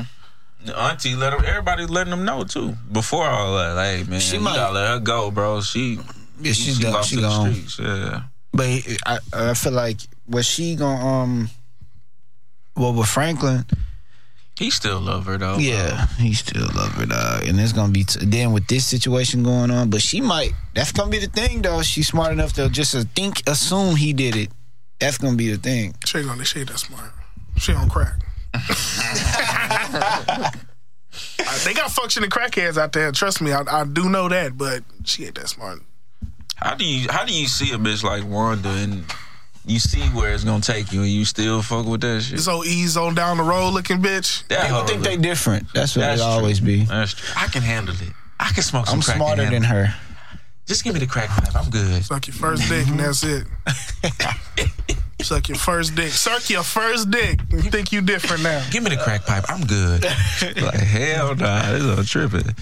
S3: The auntie let her. Everybody letting them know too. Before all that, like man,
S2: She
S3: she you
S2: might-
S3: gotta let her go, bro. She
S2: yeah, she's
S3: she
S2: done.
S3: lost
S2: She
S3: to the
S2: gone.
S3: streets. Yeah.
S2: But he- I, I feel like was she gonna um. Well, with Franklin,
S3: He still love her though.
S2: yeah, he still love her, dog. And it's gonna be t- then with this situation going on. But she might. That's gonna be the thing, though. She's smart enough to just uh, think, assume he did it. That's gonna be the thing.
S1: She ain't gonna she ain't that smart. She on crack. Uh, they got functioning crackheads out there. Trust me, I, I do know that, but she ain't that smart.
S3: How do you how do you see a bitch like Wanda and you see where it's gonna take you and you still fuck with that shit?
S1: This old ease on down the road looking bitch.
S3: That
S2: People
S3: hoe
S2: think
S3: look-
S2: they different. That's what
S3: That's
S2: it
S3: true.
S2: always be.
S3: That's true. I can handle it. I can smoke some
S2: I'm
S3: crack. and
S2: smarter
S3: handle
S2: than her.
S3: it. Just give me the crack pipe. I'm good.
S1: Suck your first dick and that's it. Suck your first dick. Suck your first dick. You think you different now.
S3: Give me the crack pipe. I'm good. like hell nah, this is a tripping.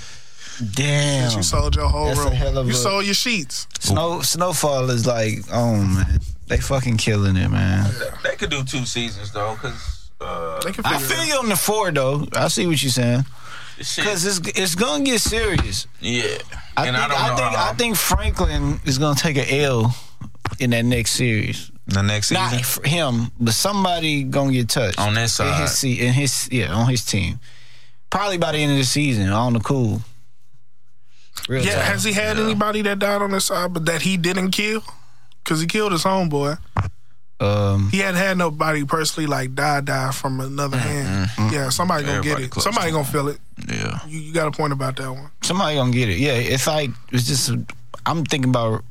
S2: Damn.
S1: You sold your whole
S2: Oh. That's a
S1: room.
S2: hell of
S1: you
S2: a-
S1: sold your sheets.
S2: Snow Snowfall is like, oh man, they fucking killing it, man.
S3: They could do two seasons though, cause uh,
S1: They can
S2: I
S1: figure it
S2: feel
S1: out.
S2: you on the four though. I see what you're saying,
S3: shit.
S2: cause it's it's gonna get serious.
S3: yeah.
S2: I
S3: and
S2: think
S3: I
S2: I,
S3: don't know.
S2: think
S3: how-
S2: I think Franklin is gonna take an L in that next series.
S3: the next season
S2: Not f- him, but somebody gonna get touched
S3: on that
S2: in
S3: side.
S2: his se- in his yeah on his team. Probably by the end of the season on the cool. Real
S1: Yeah,
S2: talk.
S1: has he had anybody that died on his side but that he didn't kill? Because he killed his homeboy.
S2: Um,
S1: He hadn't had nobody personally like die die from another hand. Yeah, somebody gonna
S3: Mm-hmm. Everybody
S1: get it.
S3: close
S1: Somebody
S3: to
S1: gonna feel it.
S3: Yeah.
S1: You, you got a point about that one.
S2: somebody gonna get it. Yeah, it's like it's just I'm thinking about.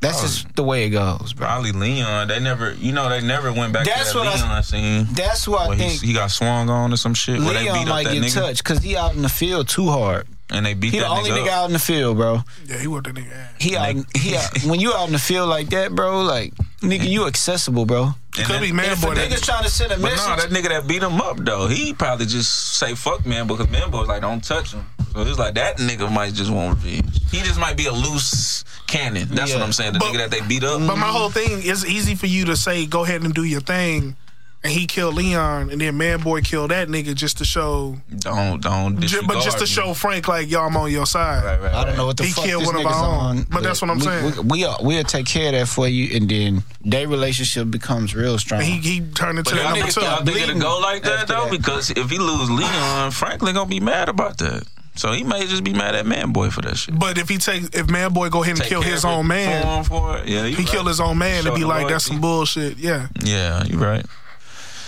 S2: That's just the way it goes, bro.
S3: Probably Leon. They never, you know, they never went back
S2: That's
S3: to that
S2: what I-
S3: Leon scene.
S2: That's why I
S3: Well, he,
S2: think
S3: he got swung on or some shit. where they beat
S2: Leon
S3: up
S2: might
S3: that
S2: get
S3: nigga
S2: touched because he out in the field too hard.
S3: and they beat
S2: He
S3: that
S2: the only
S3: nigga,
S2: nigga
S3: up.
S2: out in the field, bro.
S1: Yeah, he whooped that nigga ass.
S2: He out, he out, when you out in the field like that, bro. Like nigga, you accessible, bro.
S3: And
S1: Could
S3: that-
S1: be man
S2: If a
S1: boy. that-
S2: nigga's trying to send a
S3: But
S2: message,
S3: no, that nigga that beat him up though, he probably just say fuck Mambo because Mambo was like, don't touch him. So it's like that nigga might just want revenge. He just might be a loose cannon. That's
S2: Yeah.
S3: what I'm saying. The
S1: But-
S3: nigga that they beat up.
S1: But my whole thing is easy for you to say, go ahead and do your thing. And he killed Leon, and then Man Boy killed that nigga just to show,
S3: don't don't
S1: ju-
S3: disregard
S1: but just to
S3: me.
S1: show Frank like y'all I'm on your side.
S3: Right, right,
S2: I
S3: right.
S2: don't know what the
S1: He
S2: fuck
S1: killed
S2: this
S1: one of
S2: nigga's
S1: our own,
S2: on.
S1: but that's what I'm
S2: we,
S1: saying.
S2: We, we, are- we'll take care of that for you, and then their relationship becomes real strong.
S1: And he he turned into
S3: But
S1: that
S3: y'all
S1: number
S3: niggas
S1: two.
S3: y'all think it'll go like that
S2: after
S3: though,
S2: that.
S3: because if he lose Leon, Franklin gonna be mad about that. So he may just be mad at Manboy for that shit.
S1: But if he takes if Man Boy go ahead and
S3: Take
S1: kill
S3: care
S1: his
S3: of it,
S1: own man,
S3: for him, for it. Yeah, you
S1: he
S3: right.
S1: killed his own man,
S3: Show
S1: and be
S3: the
S1: like that's
S3: loyalty.
S1: some bullshit. Yeah,
S3: Yeah, you right.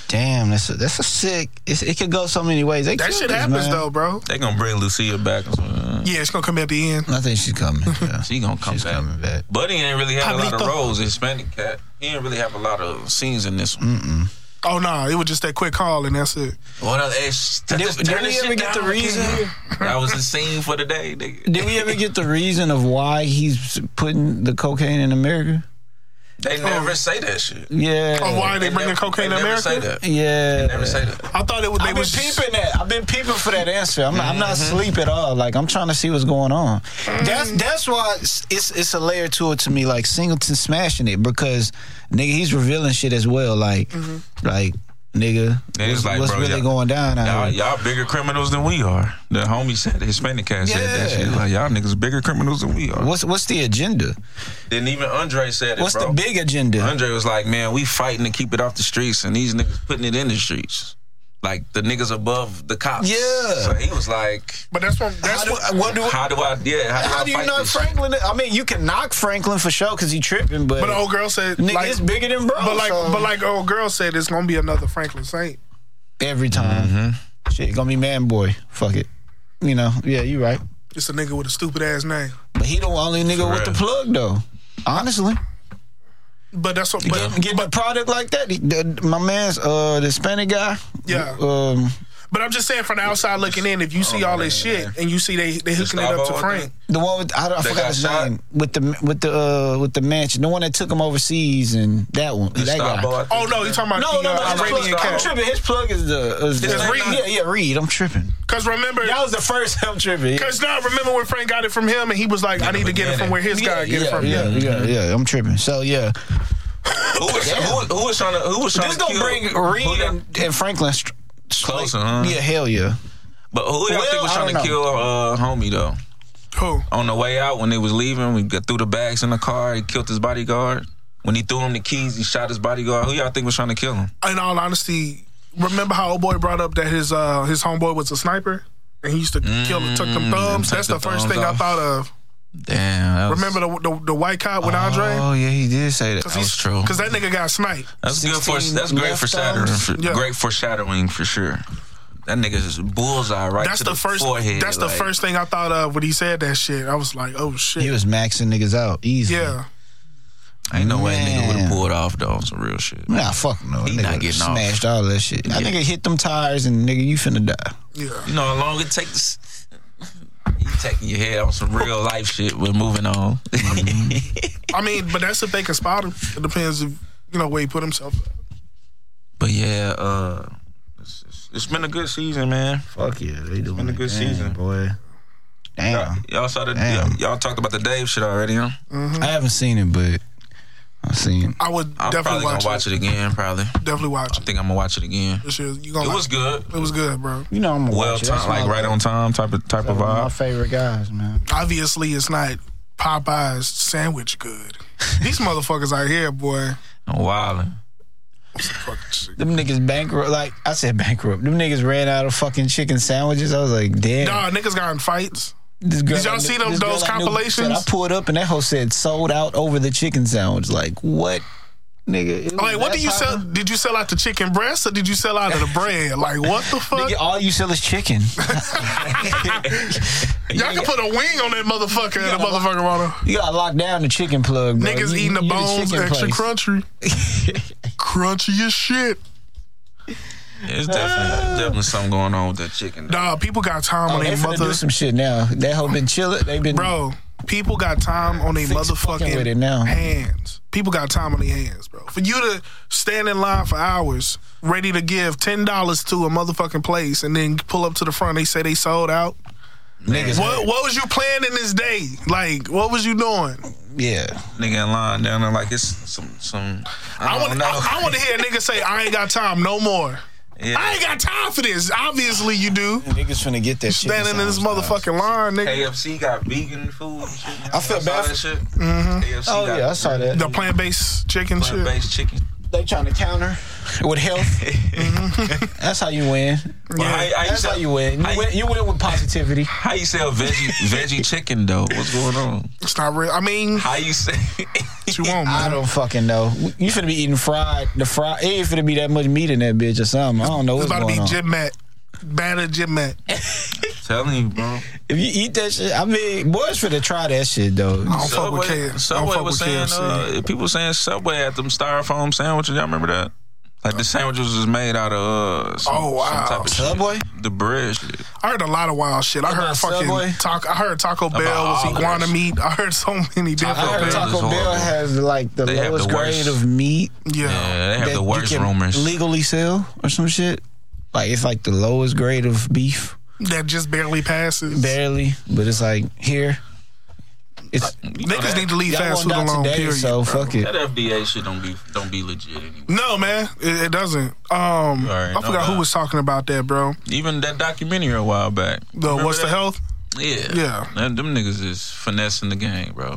S2: Damn, that's a, that's a sick. It's, it could go so many ways. They
S1: that
S2: killed
S1: shit
S2: this,
S1: happens
S2: man.
S1: though, bro.
S3: They gonna bring Lucia back. or something.
S1: Yeah, it's gonna come at the end.
S2: I think she's coming. Yeah.
S3: She gonna come
S2: she's
S3: back.
S2: coming back.
S3: Buddy ain't really had a lot
S1: Pablito.
S3: of roles. Hispanic cat. He didn't really have a lot of scenes in this one.
S1: Oh nah, it was just that quick call, and that's it.
S3: What else? Hey, sh-
S2: Did-
S3: just
S2: did
S3: turn
S2: we
S3: this
S2: ever
S3: shit
S2: get the
S3: down, I can't
S2: reason?
S3: hear. That was the scene for the day, nigga.
S2: Did we ever get the reason of why he's putting the cocaine in America?
S3: They never say that shit.
S2: Yeah.
S1: Oh, why they bring the
S3: never-
S1: cocaine
S3: they
S1: to America?
S3: Never say that.
S2: Yeah.
S3: Never say that.
S1: I thought it was they
S2: I've been
S1: was
S2: peeping that. I've been peeping for that answer. I'm, I'm not
S3: Mm-hmm.
S2: asleep at all. Like I'm trying to see what's going on.
S3: Mm.
S2: That's that's why it's, it's it's a layer to it to me. Like Singleton smashing it because nigga, he's revealing shit as well. Like like nigga,
S3: Mm-hmm. Yeah, it's
S2: what's,
S3: like,
S2: what's
S3: bro,
S2: really
S3: y'all-
S2: going down out
S3: Y'all,
S2: here?
S3: y'all bigger criminals than we are. The homie said, the Hispanic cat said that shit.
S2: Yeah.
S3: Like, y'all niggas bigger criminals than we are.
S2: What's what's the agenda?
S3: Then even Andre said it,
S2: What's the
S3: bro.
S2: big agenda?
S3: Andre was like, man, we fighting to keep it off the streets, and these niggas putting it in the streets. Like, the niggas above the cops.
S2: Yeah.
S3: So he was like...
S1: But that's what that's
S2: How do,
S1: what
S2: what do,
S3: How do I? Yeah. How do,
S2: how
S3: I
S2: do you
S3: fight
S2: know
S3: this
S2: Franklin? I mean, you can knock Franklin for sure because he tripping, but,
S1: But the old girl said,
S2: nigga,
S1: like,
S2: it's bigger than bro.
S1: but like,
S2: so-
S1: but like, old girl said, it's gonna be another Franklin Saint.
S2: every time.
S1: Mm-hmm.
S2: Shit, gonna be man boy. Fuck it. You know, yeah, you right.
S1: It's a nigga with a stupid ass name.
S2: But he the only nigga with the
S3: real.
S2: plug though. Honestly,
S1: But that's what. But,
S2: get a product like that. he- the- my man's uh the Hispanic guy.
S1: Yeah.
S2: Um,
S1: but I'm just saying, from the outside looking in, if you see all this
S3: Oh, man,
S1: shit
S3: man.
S1: and you see they they hooking it up to
S3: Gustavo, I
S1: Frank,
S3: think.
S2: the one with I, don't- I
S3: That
S2: forgot
S3: got
S2: his
S3: shot?
S2: name with the with the uh with the mansion. The one that took him overseas and that one. that guy.
S3: Gustavo, I think
S1: Oh no, you talking about
S2: No,
S1: the
S2: no, no,
S1: uh,
S2: his
S1: Iranian
S2: plug, I'm
S1: cat?
S2: tripping. His plug is the is the
S1: It's Reed.
S2: Yeah, yeah, Reed. I'm tripping.
S1: Because remember,
S2: That was the first I'm tripping. Yeah,
S1: because now remember when Frank got it from him, and he was like, "I need to get it from where his guy get it
S2: yeah,
S1: from." Yeah.
S2: yeah, yeah, yeah, I'm tripping. So yeah,
S3: Who was, who, was- who was trying to? Who was trying
S2: Oh, This
S3: to
S2: gonna
S3: kill?
S2: bring
S3: who
S2: Reed
S3: y'all-
S2: and, and Franklin str-
S3: Closer,
S2: like-
S3: huh?
S2: Yeah, hell yeah.
S3: but who y'all
S2: Well,
S3: think was
S2: I
S3: trying to
S2: don't
S3: kill uh, homie though?
S1: Who?
S3: On the way out when they was leaving, we got threw the bags in the car. He killed his bodyguard. When he threw him the keys, he shot his bodyguard. Who y'all think was trying to kill him?
S1: In all honesty, remember how old boy brought up that his uh his homeboy was a sniper. And he used to kill, took them thumbs.
S3: Mm, took
S1: That's
S3: the
S1: the first
S3: thumbs
S1: thing I
S3: off.
S1: thought of.
S3: Damn. That was,
S1: Remember the the, the white cop with Andre?
S2: Oh yeah, he did say that.
S1: Cause
S3: That
S1: he's-
S3: was true.
S1: Cause that nigga got sniped.
S3: That's good for.
S2: 16
S3: That's great
S2: left
S3: for shadowing.
S2: thumbs.
S3: For,
S1: Yeah.
S3: Great foreshadowing for sure. That nigga's just bullseye right
S1: That's
S3: to
S1: the,
S3: the,
S1: first.
S3: forehead.
S1: that's the
S3: like,
S1: first thing I thought of when he said that shit. I was like, oh shit.
S2: He was maxing niggas out easy.
S1: yeah.
S3: Ain't no way nigga would
S2: Man.
S3: have pulled off though. Some real shit.
S2: Nah, fuck no.
S3: He
S2: nigga
S3: not getting off.
S2: smashed all that shit. That
S3: Yeah.
S2: nigga hit them tires and nigga, you finna die.
S1: Yeah.
S3: You know how long it takes? You taking your head on some real life shit. We're moving on.
S2: Mm-hmm.
S1: I mean, but that's if they can spot him. It depends if you know where he put himself.
S3: but yeah, uh, it's, it's- it's been a good season, man.
S2: Fuck yeah, they doing
S3: been a it. good Damn, season.
S2: boy. Damn,
S3: Y'all saw the
S2: Damn.
S3: y'all, y'all talked about the Dave shit already, huh?
S2: I haven't seen it, but I've seen.
S1: I would
S3: I'm
S1: definitely
S3: probably
S1: watch,
S3: gonna watch
S1: it.
S3: it. again. Probably, I
S1: Definitely watch it.
S3: think I'm gonna watch it again.
S1: This year, you gonna.
S3: It
S1: like
S3: was good.
S1: It was good, bro.
S2: You know I'm a
S3: Well,
S2: watch it.
S3: time,
S2: That's
S3: like
S2: my-
S3: right on time type of type of
S2: one of my
S3: vibe.
S2: favorite guys, man.
S1: Obviously, it's not Popeye's sandwich good. These motherfuckers out here, boy.
S3: I'm wildin'.
S1: Some fucking shit.
S2: Them niggas bankrupt. Like I said, bankrupt. Them niggas ran out of fucking chicken sandwiches. I was like, damn.
S1: Nah, niggas got in fights.
S2: This girl
S1: Did y'all
S2: I knew-
S1: see them-
S2: this girl
S1: those
S2: I knew
S1: compilations?
S2: said I pulled up and that hoe said sold out over the chicken sandwich. Like what? nigga. it was
S1: Like, what
S2: that
S1: do you sell?
S2: popular.
S1: Did you sell out the chicken breast or did you sell out of the bread? Like, what the fuck?
S2: Nigga, all you sell is chicken.
S1: Y'all can put a wing on that motherfucker and the motherfucker on
S2: You gotta lock down the chicken plug, bro.
S1: Niggas
S2: You-
S1: eating the
S2: you
S1: bones,
S2: chicken
S1: extra
S2: place.
S1: crunchy. crunchy as shit.
S3: It's definitely definitely something going on with that chicken. though.
S1: Nah, people got time
S2: Oh,
S1: on
S2: they
S1: their
S2: finna
S1: mother.
S2: do some shit now. That hoe been chilling. They been
S1: Bro, people got time on their
S2: Fix fucking
S1: motherfucking
S2: with it now.
S1: hands. People got time on their hands, bro. For you to stand in line for hours, ready to give ten dollars to a motherfucking place, and then pull up to the front, they say they sold out.
S2: niggas.
S1: What what was you planning this day? Like, what was you doing?
S2: Yeah.
S3: Nigga in line down there like it's some some. I,
S1: I
S3: don't
S1: want
S3: know.
S1: I, I want to hear a nigga say, "I ain't got time no more."
S3: Yeah.
S1: I ain't got time for this. Obviously, you do.
S2: Niggas finna get that shit.
S1: Standing in this motherfucking line, nigga.
S3: KFC got vegan food. And shit.
S2: I feel
S3: saw
S2: bad
S3: That
S2: for-
S3: shit.
S1: Mm-hmm.
S3: KFC
S2: Oh
S3: got
S2: yeah, I saw that.
S1: The plant-based chicken shit.
S3: plant-based chicken.
S2: They trying to counter with health. That's how you win.
S3: Well, how, how you
S2: That's
S3: sell,
S2: how you win. You,
S3: I-
S2: win. you win with positivity.
S3: how you sell veggie veggie chicken though? What's going on?
S1: It's not real. I mean,
S3: How you say?
S1: what you want,
S2: I
S1: man?
S2: don't fucking know. You finna be eating fried. The fried. It ain't finna be that much meat in that bitch or something. I don't know
S1: It's
S2: what's
S1: about to
S2: going
S1: be
S2: on.
S1: Jim Matt. Batter Jim Matt.
S3: telling you, bro.
S2: if you eat that shit, I mean, boys finna try that shit though.
S3: Oh.
S1: I don't fuck with K. I don't
S3: Subway
S1: fuck with
S3: was saying,
S1: KFC.
S3: uh, people saying Subway had them styrofoam sandwiches. Y'all remember that? Like the sandwiches was made out of uh, some,
S1: Oh, wow.
S3: some type of shit.
S2: Subway?
S3: the bread shit.
S1: I heard a lot of wild shit. I heard
S2: About
S1: fucking
S2: Subway?
S1: talk. I heard Taco Bell was
S3: all of
S1: iguana
S3: that
S1: meat. I heard so many different.
S2: I heard
S1: things.
S3: Bell is
S2: Taco Bell
S3: horrible.
S2: has like the
S3: They have the
S2: lowest grade
S3: worst.
S2: of meat
S1: yeah.
S3: Yeah, they have
S2: that
S3: the
S2: you
S3: worst
S2: can
S3: rumors.
S2: legally sell or some shit. Like it's like the lowest grade of beef,
S1: that just barely passes.
S2: barely. But it's like here, it's
S1: Niggas need to leave
S2: y'all
S1: fast
S2: going
S1: food
S2: down
S1: alone.
S2: today,
S1: period.
S2: so fuck it.
S3: That FDA shit don't be don't be legit anyway.
S1: No, man, it, it doesn't. Um, I
S3: already know
S1: forgot who
S3: that.
S1: was talking about that, bro.
S3: Even that documentary a while back.
S1: The
S3: Remember
S1: what's the
S3: that?
S1: health?
S3: Yeah,
S1: Yeah.
S3: Them, them niggas is finessing the game, bro.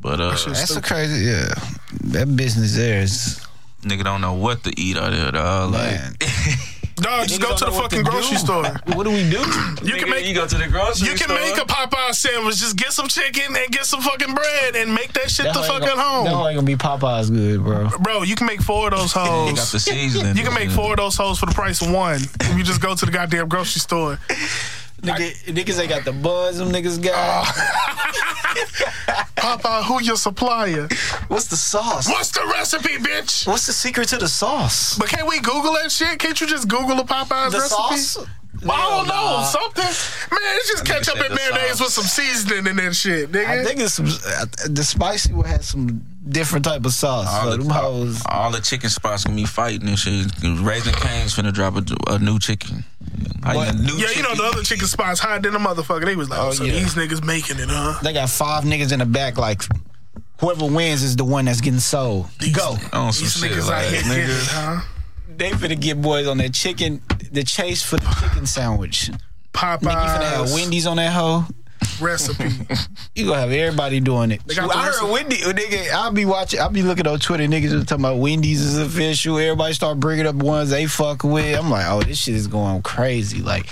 S3: But uh,
S1: shit's-
S2: That's a crazy, yeah. That business there is
S3: nigga don't know what to eat out there. Dog. Like,
S2: man.
S1: Dog, just go to the fucking grocery store.
S2: What do we do?
S1: You can
S3: Nigga,
S1: make
S3: you go to the grocery.
S1: you can
S3: store.
S1: make a Popeye sandwich. Just get some chicken and get some fucking bread and make that shit the fuck at
S2: That
S1: home,
S2: hoe ain't gonna be Popeyes good, bro.
S1: bro. You can make four of those
S3: They got the
S1: hoes.
S3: seasoning.
S1: You can make four of those hoes for the price of one. If you just go to the goddamn grocery store.
S2: Nigga, niggas ain't got the buzz. Them niggas got.
S1: Popeye, who your supplier?
S2: What's the sauce?
S1: What's the recipe, bitch?
S2: What's the secret to the sauce?
S1: But can't we Google that shit? Can't you just Google a Popeye's
S2: The
S1: recipe?
S2: sauce?
S1: Well, I don't know,
S2: Nah.
S1: something. Man, it's just
S3: That nigga
S1: ketchup
S3: said
S1: and
S3: the
S1: mayonnaise
S3: sauce.
S1: with some seasoning in that shit,
S2: I
S1: nigga.
S2: think it's some, uh, the spicy one has some different type of sauce.
S3: All
S2: so
S3: the,
S2: them hoes,
S3: all the chicken spots gonna be fighting and shit. Raising Cane's finna drop a, a new chicken. How you-
S2: What?
S3: new
S1: yeah, you know
S3: chicken?
S1: the other chicken spots hide in the motherfucker. They was like, oh, so
S2: yeah.
S1: these niggas making it, huh?
S2: they got five niggas in the back. Like whoever wins is the one that's getting sold. Go.
S3: on some
S1: These
S3: shit
S1: niggas out
S3: like
S1: here
S3: that,
S1: getting it,
S3: nigga.
S1: huh?
S2: They finna get boys on that chicken. The chase for the chicken sandwich. Nigga, you finna have
S1: Popeye's
S2: Wendy's on that hoe.
S1: recipe.
S2: You gonna have everybody doing it.
S1: got the
S2: I
S1: recipe.
S2: heard Wendy, nigga. I'll be watching. I'll be looking on Twitter. Niggas just talking about Wendy's is official. Everybody start bringing up ones they fuck with. I'm like, oh, this shit is going crazy. Like,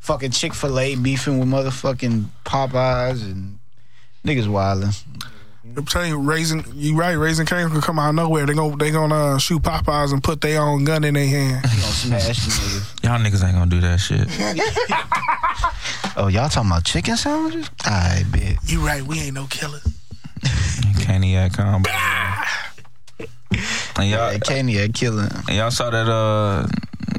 S2: fucking Chick Fil A beefing with motherfucking Popeyes and niggas wilding.
S1: I'm telling you, raising you right, raising canes could come out of nowhere. They gon' they gonna uh, shoot Popeyes and put their own gun in their hand.
S2: You gonna smash the niggas.
S3: Y'all niggas ain't gonna do that shit.
S2: Oh, y'all talking about chicken sandwiches? I bet.
S1: you right, we ain't no killers.
S3: Caniac combo. And y'all,
S2: Yeah, Kenny at killing.
S3: and y'all saw that uh,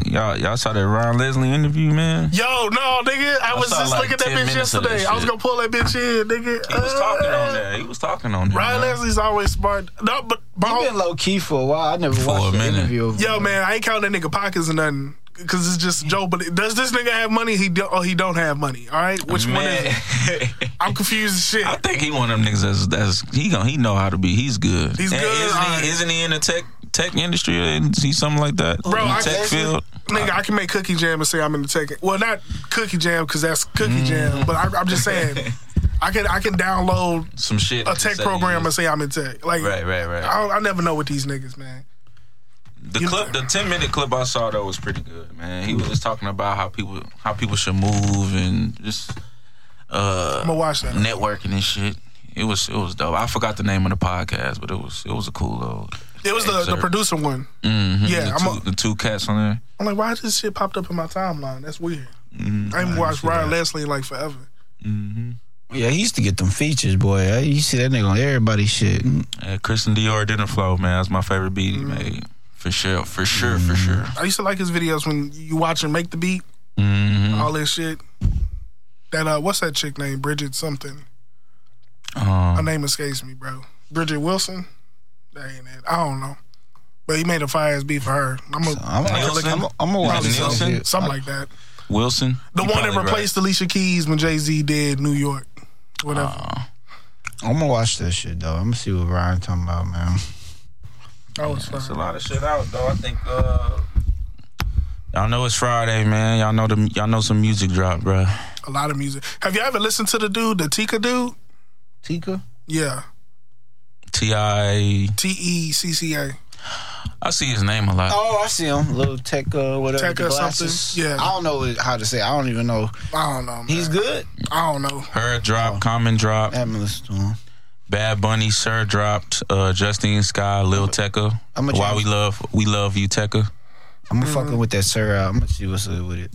S3: y'all y'all saw that Ron Leslie interview, man.
S1: Yo, no, nigga, I, was
S3: saw
S1: just
S3: like
S1: looking at that
S3: 10
S1: bitch
S3: minutes of that
S1: yesterday. I was
S3: shit.
S1: gonna pull that bitch in, nigga. Uh,
S3: He was talking on that. He was talking on that.
S1: Ryan
S3: man.
S1: Leslie's always smart. No, but but
S2: He been low key for a while. I never
S3: For
S2: watched
S3: a
S2: the
S3: minute.
S2: interview. of-
S1: Yo, man, I ain't counting that nigga pockets or nothing. Cause it's just a joke. But it- does this nigga have money? He do, or he don't have money. All right, which one is? it?
S3: Man.
S1: I'm confused as shit.
S3: I think he one of them niggas that's, that's he gon' he know how to be. He's good.
S1: He's
S3: And
S1: good,
S3: Isn't
S1: alright.
S3: he, isn't he in the tech tech industry or is he something like that?
S1: Bro,
S3: in the
S1: I-
S3: tech field.
S1: Nigga, I can make cookie jam and say I'm in the tech. Well, not cookie jam because that's cookie
S3: Mm.
S1: jam. But I, I'm just saying, I can I can download
S3: Some shit.
S1: a tech
S3: that
S1: program
S3: he-
S1: and say I'm in tech. Like,
S3: Right, right, right.
S1: I, don't- I never know what these niggas, man.
S3: The
S1: You-
S3: clip, the ten minute clip I saw though was pretty good, man. He was just talking about how people how people should move and just uh,
S1: I'm gonna watch that.
S3: networking and shit. It was it was dope. I forgot the name of the podcast, but it was it was a cool little
S1: It was the, the
S3: Excerpt.
S1: producer one.
S3: Mm-hmm.
S1: Yeah,
S3: the
S1: I'm
S3: two,
S1: a-
S3: the two cats on there.
S1: I'm like, why this shit popped up in my timeline? That's weird.
S3: Mm-hmm.
S1: I ain't watched Ryan Leslie in like forever. Mm-hmm.
S2: Yeah, he used to get them features, boy. I- You see that nigga on everybody's shit.
S3: Yeah, Kristen Uh, Dior Dinner Flow, man. That's my favorite beat
S1: Mm-hmm.
S3: he made. For sure, for sure, for sure.
S1: I used to like his videos when you watch him make the beat,
S3: Mm-hmm.
S1: all that shit. That uh, what's that chick name? Bridget something. Her
S3: Um,
S1: name escapes me, bro. Bridget Wilson. That ain't it. I don't know. But he made a fire ass beat for her. I'm a,
S2: I'm gonna look.
S3: Nielsen?
S2: I'm I'm gonna watch
S3: Is it
S2: some
S3: Nielsen?
S2: shit.
S1: something like that.
S3: Wilson,
S1: The
S3: You
S1: one that
S3: probably
S1: replaced Alicia Keys when Jay Z did New York. Whatever.
S3: Oh,
S2: I'm gonna watch that shit though. I'm gonna see what Ryan talking about, man.
S1: that was fun.
S3: It's a lot of shit out though. I think uh Y'all know it's Friday, man. Y'all know the y'all know some music drop, bruh.
S1: a lot of music. Have you ever listened to the dude, the Tika dude?
S2: Tika,
S1: Yeah.
S3: Ti, I
S1: T E C C A.
S3: see his name a lot.
S2: Oh, I see him. Little Tech, uh, whatever.
S1: Tech
S2: the
S1: or something.
S2: glasses.
S1: Yeah.
S2: I don't know what- how to say. it. I don't even know.
S1: I don't know. Man.
S2: He's good.
S1: I don't know.
S3: Her
S2: Oh.
S3: drop, Common drop,
S2: I haven't listened to him.
S3: Bad Bunny, Sir dropped, uh, Justine Sky, Lil Tecca.
S2: I'm a
S3: Why
S2: Jack-
S3: we love we love you, Tecca.
S2: I'm gonna fucking with that sir out. I'm gonna see what's up with it.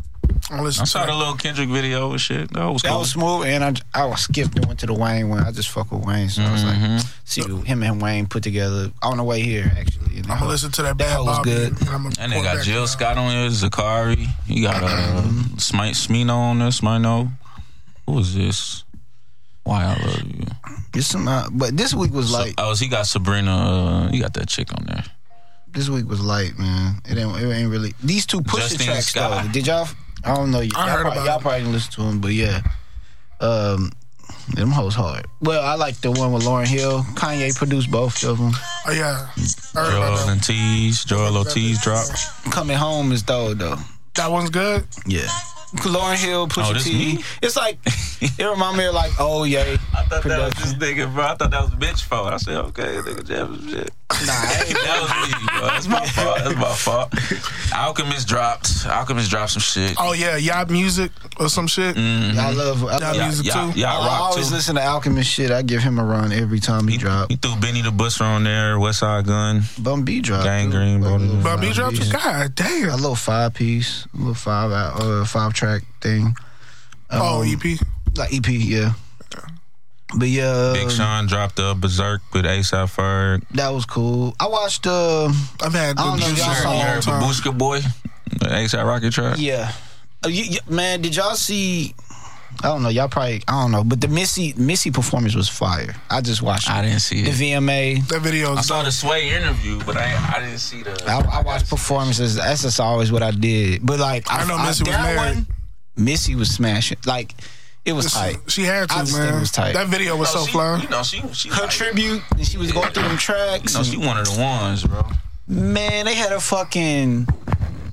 S1: I listen
S3: I
S1: to
S3: saw the
S1: that.
S3: little Kendrick video and shit. That was
S2: That
S3: cool.
S2: was smooth, and I I was skipped and went to the Wayne one. I just fuck with Wayne, so I was like, see what him and Wayne put together on the way here actually. And
S1: I'm gonna listen to that bad
S2: hoe was
S1: Bobby,
S2: good.
S1: and I'ma
S3: and they
S1: report
S3: got
S1: back
S3: Jill
S1: to
S3: Scott on there, Zakari. You got uh, Smite Smino on there, Smino. Who is this? Why I love you.
S2: Just some, uh, but this week was light.
S3: oh, he got Sabrina. Uh, he got that chick on there.
S2: This week was light, man. It ain't, it ain't really. These two pusher
S3: Justin
S2: tracks,
S3: Scott.
S2: though. Did y'all? I don't know. Y'all,
S1: I heard
S2: probably,
S1: about
S2: y'all
S1: it.
S2: probably didn't listen to them, but yeah. Um, them hoes hard. Well, I like the one with Lauren Hill. Kanye produced both of them.
S1: Oh yeah. I heard about
S3: Joel
S1: that.
S3: and T's. Joel Ortiz dropped.
S2: Coming home is though, though.
S1: That one's good.
S2: Yeah. Lauren Hill,
S3: Oh,
S2: Pusha
S3: this
S2: T.
S3: me?
S2: It's like it remind me of like, oh yeah,
S3: I thought
S2: Production.
S3: nigga, bro. I thought that was bitch fault. I said, okay, nigga, Jeff is shit.
S2: nah, I ain't-
S3: That was me, bro. That's my fault. That's my fault. Alchemist dropped. Alchemist dropped some shit.
S1: Oh yeah, Yacht Music or some shit.
S2: I love. I,
S1: Y'all
S3: Mm-hmm. Yeah,
S1: music
S3: yeah,
S1: too.
S3: yeah,
S2: I
S3: rock
S2: always
S3: too.
S2: listen to Alchemist shit. I give him a run every time he,
S3: He,
S2: drop.
S3: he threw Benny the Buster on there, West Side Gun.
S2: Bum B drop.
S3: Gang
S2: too.
S3: Green,
S2: Like,
S3: Bum
S2: a little
S3: B.
S1: But B
S2: five
S1: drop
S2: piece.
S1: God damn.
S2: a little five piece, a little five out, uh, five track thing. Um,
S1: oh EP.
S2: like EP, yeah. But yeah,
S3: Big Sean dropped uh, Berserk with ASAP Ferg.
S2: that was cool. I watched, uh,
S1: I've had
S2: I don't
S1: good
S2: know if
S1: music
S2: y'all
S1: for
S2: saw
S1: a
S2: it,
S1: long
S3: Heard
S1: time.
S3: Babushka Boy, the ASAP Rocket track.
S2: yeah. Uh, y- y- man, did y'all see? I don't know. Y'all probably I don't know, but the Missy Missy performance was fire. I just watched
S3: I
S2: it.
S3: didn't see
S2: the
S3: it.
S2: VMA.
S1: That video.
S3: I saw the Sway interview, but I I didn't see the.
S2: I, I watched performances. That's just always what I did. But like
S1: I know Missy was
S2: that
S1: married.
S2: one, Missy was smashing. Like it was tight.
S1: She had to,
S2: I just think it
S1: man.
S2: was tight.
S1: That video was so
S3: she,
S1: fly.
S3: You know, she she
S2: Her
S3: like-
S2: tribute, and she was going through them tracks.
S3: No,
S2: and-
S3: she one of the ones, bro.
S2: Man, they had a fucking.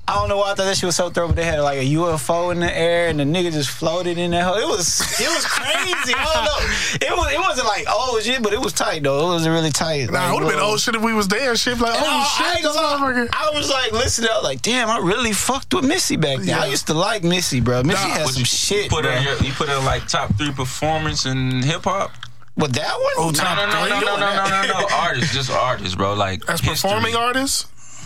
S2: I don't know why I thought that shit was so throw, but they had like a UFO in the air and the nigga just floated in that hole. It was it was crazy. I don't know. It was it wasn't like oh shit, but it was tight though. It was really tight.
S1: Nah,
S2: like,
S1: it would have been
S2: whoa.
S1: old shit if we was there. and Shit, like,
S2: And
S1: oh
S2: I, I,
S1: shit,
S2: ain't
S1: this
S2: gonna lie,
S1: motherfucker.
S2: I was like listening. I was like, damn, I really fucked with Missy back then.
S1: Yeah.
S2: I used to like Missy, bro. Missy
S1: Nah,
S2: had
S3: Would
S2: some
S3: you
S2: shit.
S3: Put
S2: bro.
S3: her, your- you put her like top three performance in hip hop.
S2: But that one,
S1: Oh,
S3: No,
S1: top
S3: no, no,
S1: three.
S3: no, no, no, no, no, no. Artists, just artists, bro. Like
S1: As
S3: history.
S1: performing artists,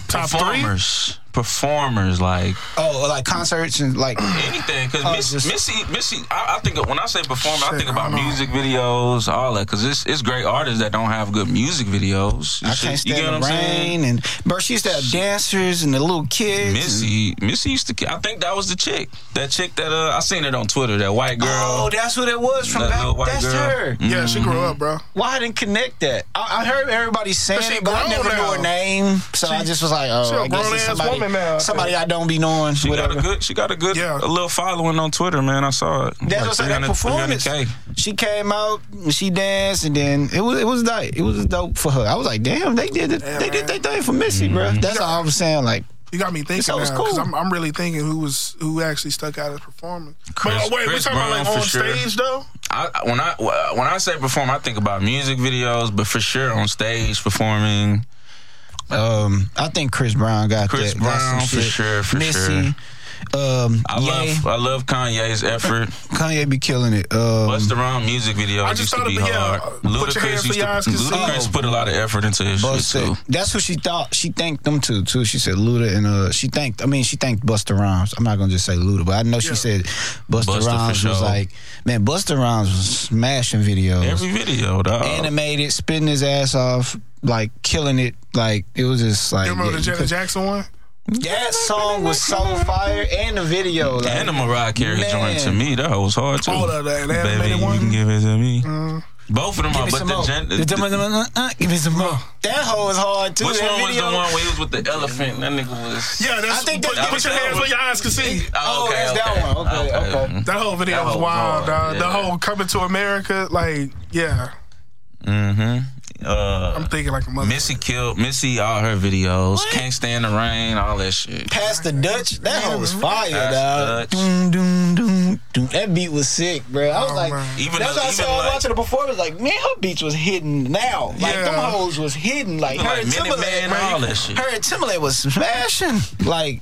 S1: top three.
S3: performers, performers, like
S2: oh, like concerts and like
S3: anything. Because
S2: Oh,
S3: Miss,
S2: just-
S3: Missy, Missy, I, I think of- when I say performer, I
S1: Shit,
S3: think
S1: I
S3: about
S1: don't know.
S3: music videos, all that. Because it's it's great artists that don't have good music videos. You
S2: I
S3: should-
S2: can't
S3: you get
S2: stand
S3: what I'm
S2: the
S3: saying?
S2: rain and bro, she used to have dancers and the little kids. and-
S3: Missy, Missy used to. I think that was the chick. That chick that uh, I seen it on Twitter. That white girl.
S2: Oh, that's what it was from
S3: That
S2: back.
S3: little white
S2: That's
S3: girl.
S2: her.
S1: Yeah, she grew up, bro.
S2: Why I didn't connect that? I, I heard everybody saying
S1: she
S2: it, but I
S1: grown
S2: never
S1: now.
S2: knew her name, so I just was like,
S1: she
S2: oh,
S1: a
S2: I guess
S1: grown
S2: it's
S1: ass
S2: somebody,
S1: woman now, I
S2: somebody I don't be knowing.
S3: She
S2: whatever.
S3: got a good. She got a good.
S1: Yeah.
S3: A little following on Twitter, man. I saw it.
S2: That's what I'm saying. That
S3: 300
S2: performance.
S3: 300K.
S2: She came out, and she danced, and then it was it was dope. It was dope for her. I was like, damn, they did it.
S1: Yeah,
S2: they did
S1: man.
S2: their thing for Missy, bro.
S3: Mm-hmm.
S2: That's all I was saying. Like,
S1: You got me thinking
S2: sounds
S1: now because
S2: cool.
S1: I'm, I'm really thinking who was who actually stuck out as performing.
S3: Chris-
S1: but uh, wait,
S3: Chris
S1: we're talking
S3: Brown
S1: about like on
S3: for sure.
S1: stage though.
S3: I, I- when I when I say perform, I think about music videos, but for sure on stage performing.
S2: um, I think Chris Brown got
S3: Chris
S2: that. got some
S3: Brown, for
S2: shit.
S3: sure, for
S2: Missy.
S3: sure.
S2: Um,
S3: I
S2: Ye,
S3: love I love Kanye's effort.
S2: Kanye be killing it. Um,
S3: Busta Rhymes music videos
S1: I just
S3: used
S1: thought
S3: to be
S1: of- yeah,
S3: hard.
S1: uh, put your hands
S3: used
S1: where your eyes
S3: to,
S1: can see.
S3: Ludacris put a lot of effort into his shit
S2: Busta.
S3: too.
S2: That's who she thought. She thanked them two too. She said Luda and uh, she thanked. I mean, she thanked Busta Rhymes. I'm not gonna just say Luda, but I know she
S1: Yeah.
S2: said Busta,
S3: Busta for
S2: Rhymes
S3: sure.
S2: was like, man, Busta Rhymes was smashing videos,
S3: Every video, dog.
S2: animated, spitting his ass off, like killing it. Like it was just like
S1: You remember the
S2: yeah,
S1: Janet Jackson one?
S2: that song was so fire, and the video. Like,
S3: and the Mariah Carey
S2: Man.
S3: joint to me, that was hard too.
S1: Oh, the- the- the
S3: Baby,
S1: animated
S3: you
S1: one?
S3: can give it to me. Both of them
S2: Give
S3: are,
S2: me
S3: but
S2: some
S3: the
S2: more.
S3: gen-
S2: The- the- uh, Give me some more. That hoe was hard too.
S3: Which
S2: That
S3: one was the
S2: video-
S3: one where he was with the elephant? That nigga was.
S1: Yeah, that's.
S2: I think
S1: put,
S2: that-
S1: put your
S3: that
S1: hands
S3: was-
S1: where your eyes can see.
S2: Oh, that's that one. Okay, okay.
S1: That whole video
S3: That
S1: was
S3: whole
S1: wild,
S3: vibe,
S1: dog. The
S3: yeah.
S1: whole coming to America, like, yeah.
S3: Mm-hmm. Uh,
S1: I'm thinking like a mother.
S3: Missy killed Missy. All her videos. Can't stand the rain. All that shit.
S2: Past the Dutch, that hoe
S1: Mm-hmm.
S2: was fire, dog.
S3: Past the
S2: Doom, doom, doom, doom. That beat was sick, bro. I was
S1: Oh,
S2: like,
S1: man.
S3: Even
S2: that's why
S3: though-
S2: I
S3: even
S2: said I was
S3: like-
S2: watching the performance. Like, man, her beats was hidden now. Like,
S1: Yeah.
S2: them hoes was hidden. Like, her
S3: Like
S2: and
S3: Minute Man,
S2: Timberlake,
S3: all
S2: man,
S3: that shit.
S2: her and Timberlake was smashing. Like,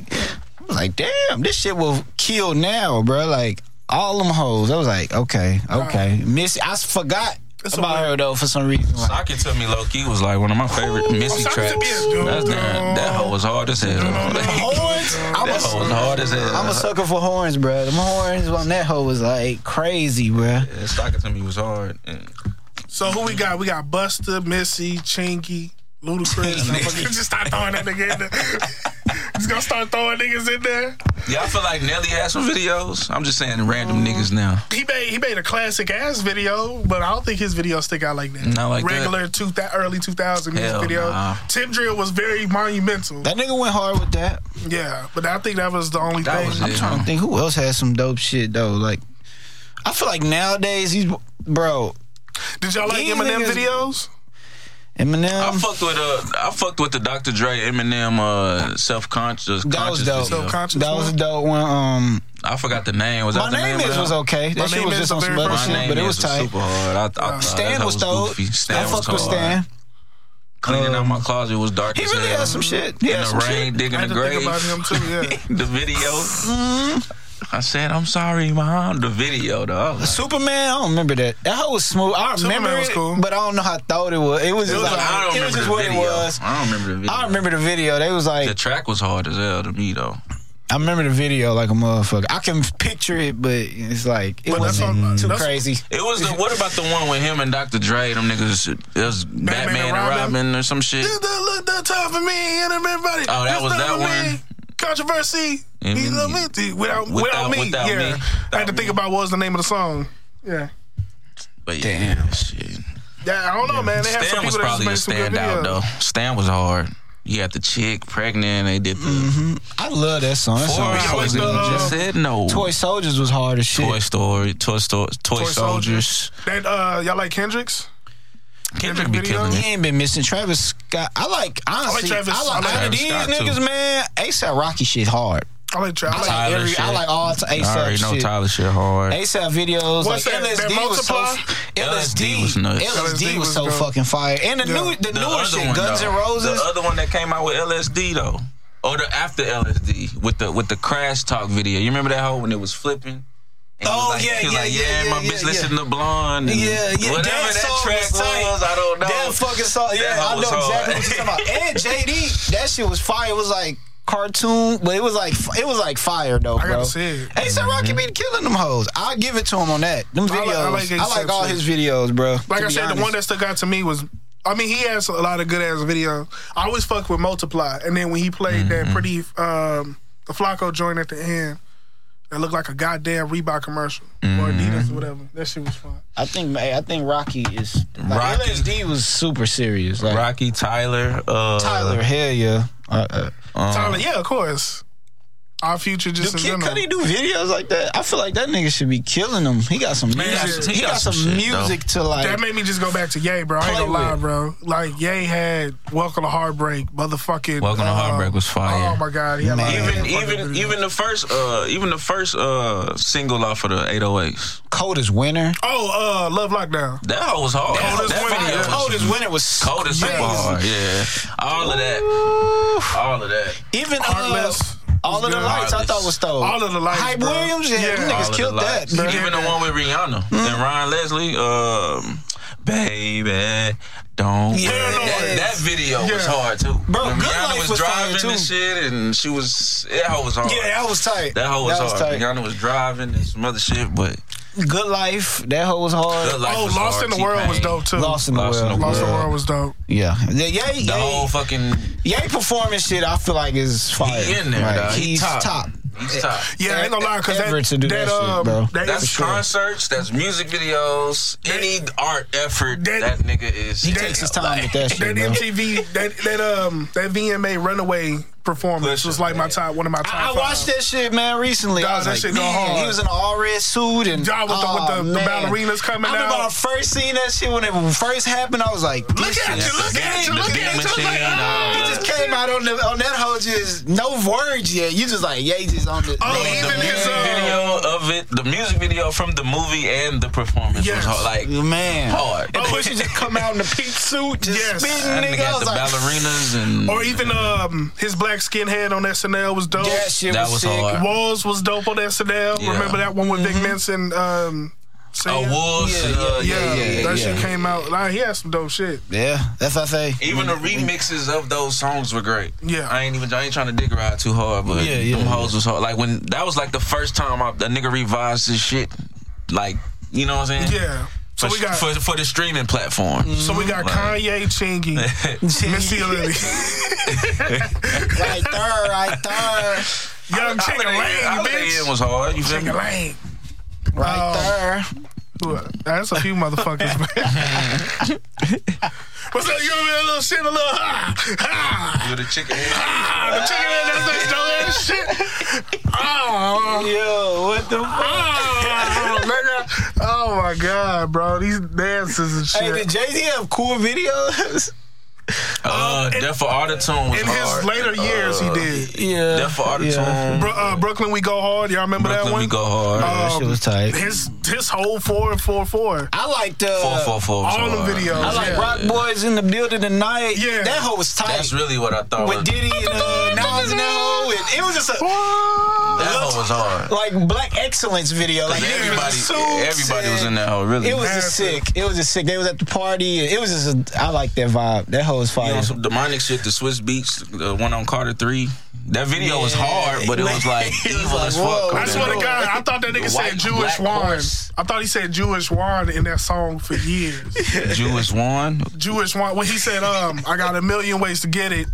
S2: I was like, damn, this shit will kill now, bro. Like, all them hoes. I was like, okay, okay. Missy, I s- forgot
S1: It's
S2: about
S1: okay.
S2: her though for some reason. Like,
S3: Socket to me, low key was like one of my favorite Missy
S1: Sock It
S3: tracks.
S1: To Me is dope,
S3: That's that. That hoe was hard as hell. that
S2: horns. I was
S3: hoe was hard as hell.
S2: I'm a sucker for horns, bro. Them horns on that hoe was like crazy, bro.
S3: Yeah, Socket to me was hard. And-
S1: So who we got? We got Buster, Missy, Chingy, Ludacris. I'm gonna just start throwing that nigga in there. Just gonna start throwing niggas in there.
S3: Yeah, I feel like Nelly had some videos. I'm just saying random
S2: Mm-hmm.
S3: niggas now.
S1: He made he made a classic ass video, but I don't think his videos stick out like that.
S3: Not like that.
S1: regular two thou- early 2000 music
S3: Hell
S1: video.
S3: nah.
S1: Tim Drill was very monumental.
S2: That nigga went hard with that.
S1: yeah, but I think that was the only
S3: That
S1: thing.
S3: was
S2: I'm
S3: it.
S2: trying to think who else has some dope shit though. Like, I feel like nowadays he's bro
S1: Did y'all like
S2: These
S1: Eminem
S2: niggas-
S1: videos?
S3: I
S2: Eminem.
S3: fucked with uh, I fucked with the Dr. Dre Eminem uh, self conscious.
S2: That was dope.
S1: Self conscious.
S2: That was a dope one. Um,
S3: I forgot the name. Was
S2: my
S3: that the
S2: name
S3: of
S2: is
S3: that?
S2: was okay. That
S1: My
S2: shit
S1: Name
S2: was
S1: Is
S2: just on
S1: the
S2: some
S1: very
S2: other
S1: first
S3: My
S2: shit,
S3: name
S2: but it
S3: is
S2: was tight. Uh,
S3: super hard. I, I, I,
S2: Stan
S3: that
S2: was dope.
S3: goofy. Stan
S2: I
S3: was
S2: fucked with
S3: hard.
S2: Stan. Uh,
S3: Cleaning out my closet was dark
S2: He
S3: as
S2: really
S3: hell.
S2: had some shit. He
S3: um, In
S2: had
S3: the
S2: some
S3: rain,
S2: shit.
S3: digging
S1: I had
S3: the
S1: to think
S3: grave.
S1: about him too. Yeah.
S3: the video. Mm-hmm. I said, I'm sorry, mom. The video, though. I was like,
S2: Superman, I don't remember that. That hoe was smooth. I
S1: Superman
S2: remember
S1: was
S2: it,
S1: cool.
S2: but I don't know how I thought it was. It was just
S1: was
S2: like
S1: like-
S3: I don't
S2: it was
S3: remember
S2: just
S3: the
S2: what
S3: video.
S2: it was.
S3: I don't remember the video.
S2: I remember the video. They was like,
S3: The track was hard as hell to me, though.
S2: I remember the video like a motherfucker. I can picture it, but it's like it
S1: But that's
S2: wasn't
S1: on-
S2: too
S1: that's-
S2: crazy.
S3: It was the what about the one with him and Dr. Dre? Them niggas, it was Batman, and Robin.
S1: Robin.
S3: or some shit.
S1: This the look the time for me and everybody.
S3: Oh, that
S1: This
S3: was
S1: better
S3: that
S1: for me.
S3: one?
S1: Controversy.
S3: And
S1: He's
S3: me.
S1: a minty. Without, without,
S3: Without-
S1: me.
S3: without
S1: yeah.
S3: me.
S1: I had to
S3: Without
S1: think
S3: me.
S1: about what was the name of the song. Yeah.
S3: But yeah,
S2: Damn.
S3: shit.
S1: Yeah, I don't know, man. They had some
S3: Stan was
S1: people that just
S3: probably the
S1: made some good videos.
S3: standout though. Stan was hard. You got the chick pregnant. They did the
S2: I love that song. That song
S3: four
S2: was
S1: hours
S2: so
S3: hours.
S1: the,
S2: good.
S1: uh,
S3: just said no.
S2: Toy Soldiers was hard as shit.
S3: Toy Story, Toy Story, Toy, Soldiers.
S1: That uh, y'all like Hendrix?
S3: Kendrick be
S1: videos.
S3: killing
S2: He
S3: it.
S2: ain't been missing Travis Scott. I like honestly. I like,
S1: Travis- I like
S2: out of
S3: Travis
S2: these
S3: Scott, too.
S2: niggas, man. ASAP Rocky shit hard.
S1: I like
S2: I
S1: Travis.
S2: like
S3: Tyler
S2: every. I
S3: shit.
S2: like all ASAP
S3: I already know
S2: shit.
S3: Tyler shit hard.
S2: ASAP videos,
S1: What's
S2: like
S1: that- that
S2: LSD, was so,
S1: Multiply?
S2: LSD,
S3: LSD was nuts.
S2: LSD was
S1: LSD
S2: so
S1: was dope.
S2: fucking fire, and the
S1: Yeah.
S2: new, the,
S3: The
S2: newer
S3: other
S2: shit,
S3: one,
S2: Guns
S3: though.
S2: N' Roses.
S3: The other one that came out with LSD though, or Oh, the after LSD with the with the crash talk video. You remember that whole when it was flipping. And he was
S2: Oh,
S3: like,
S2: yeah,
S3: he was
S2: yeah,
S3: like,
S2: yeah, yeah,
S3: my
S2: yeah,
S3: bitch
S2: yeah.
S3: listen to Blonde. and
S2: Yeah, yeah,
S3: Whatever
S2: that
S3: that,
S2: song
S3: track
S2: was
S3: was,
S2: tight.
S3: I don't know.
S2: That fucking song. Yeah,
S3: hoe
S2: I know
S3: was
S2: exactly
S3: hard.
S2: what you're talking about. And JD, that shit was fire. It was like cartoon, but it was like it was like fire though,
S1: I
S2: bro.
S1: gotta see it.
S2: Hey, so Rocky been killing them hoes. I'll give it to him on that. Them
S1: I
S2: videos.
S1: like- I
S2: I
S1: like
S2: like, all
S1: Exception.
S2: his videos, bro.
S1: Like
S2: to
S1: I
S2: be
S1: said, the
S2: honest.
S1: one that stuck out to me was. I mean, he has a lot of good ass videos. I always fuck with Multiply, and then when he played
S3: Mm-hmm.
S1: that pretty um, the Flacco joint at the end, that looked like a goddamn Reebok commercial or
S3: Mm-hmm.
S1: Adidas or whatever. That shit was fun.
S2: I think hey, I think Rocky is like,
S3: Rocky.
S2: LSD was super serious. Like
S3: Rocky Tyler, uh,
S2: Tyler, hell yeah. Uh, uh,
S3: um,
S1: Tyler, yeah, of course. Our future just
S2: Do
S1: in
S2: Kid
S1: general.
S2: Cudi do videos like that? I feel like that nigga should be killing him. He got some
S3: he
S2: music.
S3: got some-
S2: he, got, some,
S3: shit, though.
S2: music to like.
S1: That made me just go back to Ye, bro. I ain't
S2: Play
S1: gonna lie,
S2: with.
S1: bro. Like Ye had Welcome to Heartbreak, motherfucking.
S3: Welcome to
S1: uh,
S3: Heartbreak was fire.
S1: Oh my god, he had a lot of
S2: Man.
S3: even
S1: motherfucking
S3: even
S1: videos.
S3: even the first uh even the first uh single off of the 808s.
S2: Cold as winter.
S1: Oh, uh, Love Lockdown.
S3: That hoe was hard.
S1: Cold as
S3: that
S1: winter.
S3: video was
S2: Cold as winter was
S3: cold as
S2: crazy.
S3: hard. Yeah, all of that, all of that.
S2: Even uh,
S1: Heartless.
S2: All of the
S1: good.
S2: lights I thought was stolen.
S1: All of the lights,
S2: Hype
S1: bro.
S2: Williams, yeah,
S1: Yeah.
S2: them
S1: All
S2: niggas
S1: of
S2: killed that.
S1: lights.
S3: Even the one with Rihanna and Ryan Leslie, um, baby, don't.
S2: Yeah.
S3: That, that video was
S1: Yeah.
S3: hard too.
S2: Bro,
S3: When
S2: Good
S3: Rihanna
S2: Life
S3: was,
S2: was fire,
S3: driving
S2: too.
S3: and shit, and she was that hoe was hard.
S2: Yeah, that was tight.
S3: that hoe was, hard.
S2: tight.
S3: Rihanna was driving and some other shit, but
S2: Good life. That hoe was hard.
S3: Good Life
S1: oh,
S3: was
S1: Lost
S3: hard.
S1: in the
S3: T-Pain.
S1: World was dope too.
S2: Lost in the
S3: Lost in
S2: world.
S3: the
S1: Lost in the
S3: World.
S1: World was dope.
S2: Yeah. Yeah, yeah,
S3: The whole
S2: yeah.
S3: fucking
S2: yeah performance shit I feel like is fire.
S3: He in there,
S2: Like,
S3: dog. He
S2: He's
S3: top.
S2: top.
S3: he's top.
S1: Yeah, ain't no lie, cause
S2: Ever
S1: that,
S2: to do that shit,
S1: um,
S2: bro.
S1: that-
S3: That's
S2: sure.
S3: concerts, that's music videos, any art effort.
S1: that-
S3: That, nigga is.
S2: He takes his time with that
S1: that
S2: shit, bro.
S1: MTV, that that um, that VMA Runaway performance
S3: Listen,
S1: was like my
S3: man.
S1: top, one of my top.
S2: I, I
S1: five.
S2: watched that shit, man, recently.
S1: Dog,
S2: I was
S1: that
S2: like,
S1: shit go
S2: man,
S1: hard.
S2: he was in an all red suit and
S1: Dog, with the- with the-
S2: oh,
S1: the
S2: man.
S1: ballerinas coming
S2: I remember
S1: out.
S2: when I first seen that shit when it first happened. I was like,
S1: Look
S2: this
S1: at
S2: shit-
S1: you, look at you, look at you. It's like, ah,
S2: He just came out on the on that whole just no words yet. You just like, yeah, he just on the.
S1: Oh,
S2: on the
S1: even
S2: man.
S1: his, uh,
S3: video of it, the music video from the movie and the performance
S1: Yes.
S3: was hard, like
S2: man.
S3: hard.
S1: Oh,
S2: Pussy just come out in the pink suit, just
S1: Yes.
S2: spitting,
S3: that nigga
S2: nigga. I
S3: had
S2: was
S3: the
S2: like,
S3: ballerinas and
S1: Or even um, his black skinhead on SNL was dope.
S2: that shit
S3: That
S2: was,
S3: was
S2: sick.
S3: hard.
S1: Walls was dope on SNL.
S3: Yeah.
S1: Remember that one with Vic
S2: Mm-hmm.
S1: Menson? Um,
S3: oh
S1: saying?
S3: wolves.
S2: Yeah,
S1: Yeah,
S3: uh, yeah, yeah, yeah.
S1: that
S2: yeah.
S1: shit came out. Like, he had some dope shit.
S2: Yeah, that's what I say.
S3: Even the remixes of those songs were great.
S1: Yeah.
S3: I ain't even I ain't trying to dig around too hard, but
S2: Yeah, yeah,
S3: them
S2: yeah.
S3: hoes was hard. Like when that was like the first time I, that nigga revised his shit. Like you know what I'm saying?
S1: Yeah. So
S3: For,
S1: we got
S3: for, for the streaming platform.
S1: so we got
S2: Mm-hmm.
S3: Like-
S1: Kanye, Chingy, Missy Elliott,
S2: right there, right there,
S1: Young
S3: Holiday
S1: Chicken Lane,
S3: Inn- Holiday Inn
S1: bitch.
S3: was hard. You feel me?
S1: Chicken Lane.
S2: right there.
S1: Ooh, That's a few motherfuckers, man. What's up? You over there, little shit, a little ha, ha,
S3: With the chicken head.
S1: ha. The chicken in that bitch, don't that shit. Oh,
S2: Yo, what the fuck?
S1: oh, nigga. Oh my god, bro, these dances and shit.
S2: Hey, did Jay Z have cool videos?
S3: Uh, Death for Autotune
S1: Um,
S3: was
S1: in
S3: hard. uh,
S1: his later years, he did.
S2: yeah,
S3: Death for Autotune.
S1: Bro, uh, Brooklyn, we go hard. Y'all remember that
S3: Brooklyn,
S1: one?
S3: we go hard.
S1: Uh,
S2: That shit was tight.
S1: His his whole four and four four.
S2: I liked uh,
S3: four, four, four. was
S1: all the
S3: hard.
S1: videos,
S2: I like
S1: Yeah.
S2: Rock Boys in the building tonight.
S1: Yeah.
S2: that hoe was tight.
S3: That's really what I thought.
S2: With Diddy and uh, Nas and that hoe, and it was just a
S3: that hoe was hard.
S2: like black excellence video. Like niggas in
S3: Everybody,
S2: suits
S3: everybody
S2: and-
S3: was in that hoe. Really,
S2: It was just
S1: Massive.
S2: sick. It was just sick. They was at the party. It was just. A, I like that vibe. That hoe was
S3: You
S2: fire.
S3: know, some demonic shit, the Swiss Beats, the one on Carter 3. That video was
S2: Yeah.
S3: hard, but it was like
S2: It was
S3: evil
S2: like,
S3: as
S2: whoa.
S3: fuck.
S1: I swear to God, I thought that nigga
S3: The
S1: said
S3: white,
S1: Jewish
S3: black
S1: wine.
S3: horse.
S1: I thought he said Jewish wine in that song for years.
S3: Jewish one.
S1: Jewish wine. When he said, "Um, I got a million ways to get it."